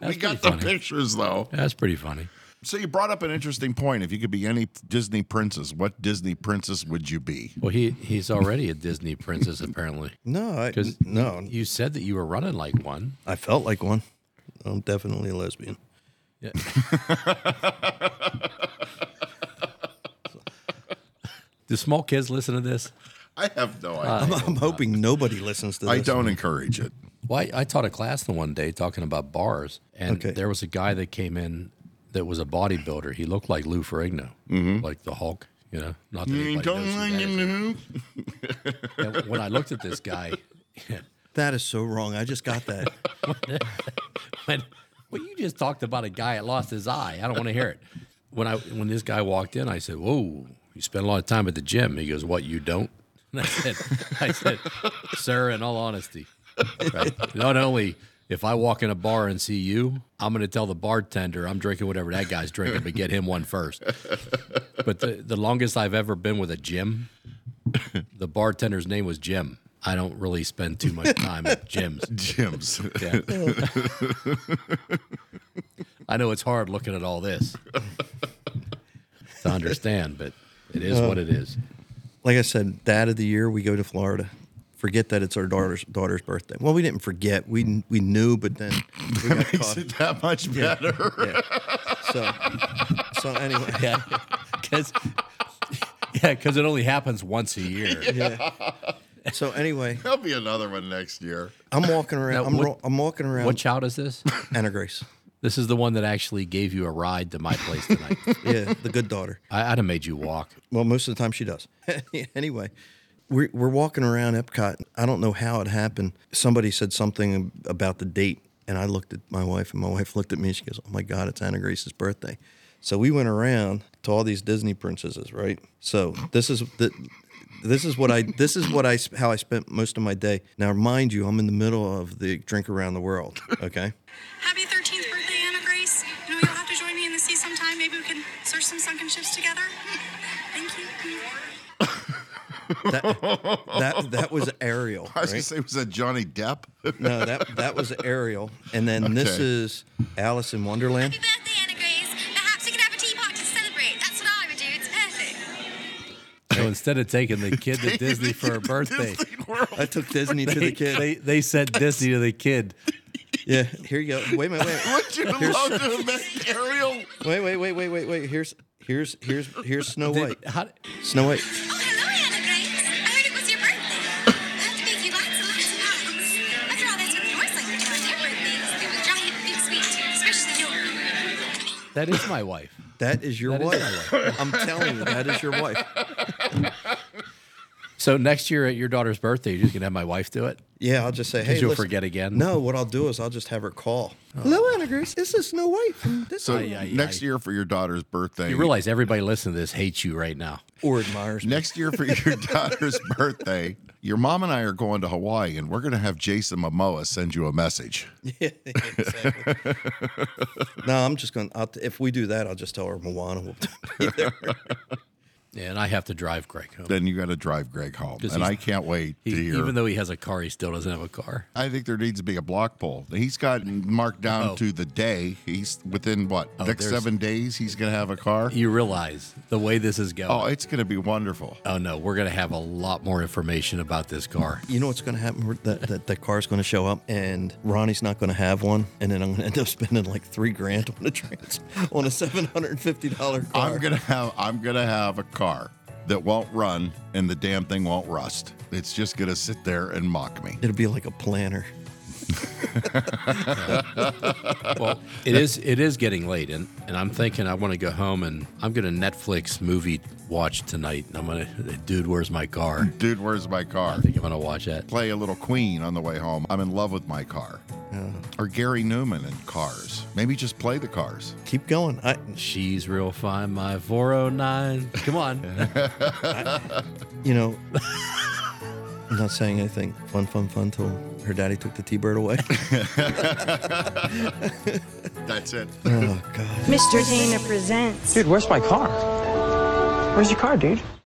we got the
pretty funny.
pictures though.
That's pretty funny.
So you brought up an interesting point. If you could be any Disney princess, what Disney princess would you be?
Well, he he's already a Disney princess apparently.
no, I,
'Cause
no,
You said that you were running like one.
I felt like one. I'm definitely a lesbian.
Do small kids listen to this?
I have
Uh,
no idea.
I'm, I'm hoping nobody listens to this.
I don't encourage it.
Well, I, I taught a class the one day talking about bars, and
Okay.
there was a guy that came in that was a bodybuilder. He looked like Lou Ferrigno, like the Hulk. You know, not that anybody knows who that is. And when I looked at this guy,
That is so wrong. I just got that.
when, well, you just talked about a guy that lost his eye. I don't want to hear it. When I when this guy walked in, I said, "Whoa, you spend a lot of time at the gym." He goes, "What you don't?" And I said, "I said, sir, in all honesty, right? not only." If I walk in a bar and see you, I'm going to tell the bartender I'm drinking whatever that guy's drinking, but get him one first. But the, the longest I've ever been with a gym, the bartender's name was Jim. I don't really spend too much time at gyms.
Jim's.
Yeah. I know it's hard looking at all this to understand, but it is what it is.
Like I said, dad of the year, we go to Florida. Forget that it's our daughter's daughter's birthday. Well, we didn't forget. We we knew, but then we got
Makes
caught.
it that much better.
So so anyway,
Yeah, because yeah, because it only happens once a year.
so anyway,
There'll be another one next year.
I'm walking around.
Now,
I'm,
what-
ro- I'm walking around.
What child is this?
Anna Grace.
This is the one that actually gave you a ride to my place tonight.
Yeah, the good daughter.
I, I'd have made you walk.
Well, most of the time she does. anyway, we're, we're walking around Epcot. I don't know how it happened. Somebody said something about the date, and I looked at my wife, and my wife looked at me, and she goes, "Oh my God, it's Anna Grace's birthday." So we went around to all these Disney princesses, right? So this is the. This is what I. This is what I. s- How I spent most of my day. Now, mind you, I'm in the middle of the drink around the world. Okay.
Happy 13th birthday, Anna Grace. You know, you'll have to join me in the sea sometime. Maybe we can search some sunken ships together. Thank you.
That that, that was Ariel.
I was
right?
going to say, was that Johnny Depp?
No, that that was Ariel, and then this
Okay.
is Alice in Wonderland.
birthday, Anna Grace. Perhaps we could have a tea party to celebrate. That's what I would do. It's perfect.
So instead of taking the kid to Disney for her birthday,
Disney World.
I took Disney to
they,
the kid.
they, they sent Disney to the kid.
Yeah, here you go. Wait a minute, wait,
Would you love to have met Ariel?
wait, wait, wait, wait, wait, wait. Here's here's here's here's Snow White.
Did- how-
Snow White.
Oh, hello, Anna Grace. I heard it was your birthday. That makes you lots and lots of hugs. After all, that's what yours like to do on their birthdays. They will giant big sweet, especially yours.
that is my wife.
That is your
That is
wife.
my
I'm telling you, that is your wife.
So next year at your daughter's birthday, you're just gonna have my wife do it.
Yeah, I'll just say, hey,
you'll
listen-
forget again. Oh.
No, what I'll do is I'll just have her call. Hello, Anna Grace. This is Snow White from Disney.
So
Ay, ay,
next
ay.
year for your daughter's birthday.
You realize everybody listening to this hates you right now.
or admires. me.
Next year for your daughter's birthday, your mom and I are going to Hawaii, and we're going to have Jason Momoa send you a message.
No, I'm just gonna. I'll, if we do that, I'll just tell her Moana. Will be there.
And I have to drive Greg home.
Then you got to drive Greg home,
'Cause
and
he's-
I can't wait
He-
to hear.
even though he has a car, he still doesn't have a car.
I think there needs to be a block poll. He's got marked down
Oh.
to the day. He's within what next
there's-
seven days. He's going to have a car.
You realize the way this is going.
Oh,
Oh,
it's going to be wonderful.
no, we're gonna have a lot more information about this car.
you know what's going to happen? We're- That, that that car's going to show up, and Ronnie's not going to have one, and then I'm going to end up spending like three grand on a trans on a seven hundred and fifty dollar car.
I'm gonna have I'm gonna have a car that won't run and the damn thing won't rust. It's just gonna sit there and mock me.
It'll be like a planner.
well, it is it is getting late, and, and I'm thinking I want to go home and I'm gonna Netflix movie watch tonight. And I'm gonna, dude, where's my car? I
Dude, where's my car?
think I'm gonna watch that.
Play a little Queen on the way home. I'm in love with my car. Or Gary Newman and Cars. Maybe just play the Cars.
Keep going. I,
She's real fine, my 409. Come on.
you know, I'm not saying anything. Fun, fun, fun till her daddy took the T-bird away.
That's it.
oh God.
Mr. Dana presents.
Dude, where's my car? Where's your car, dude?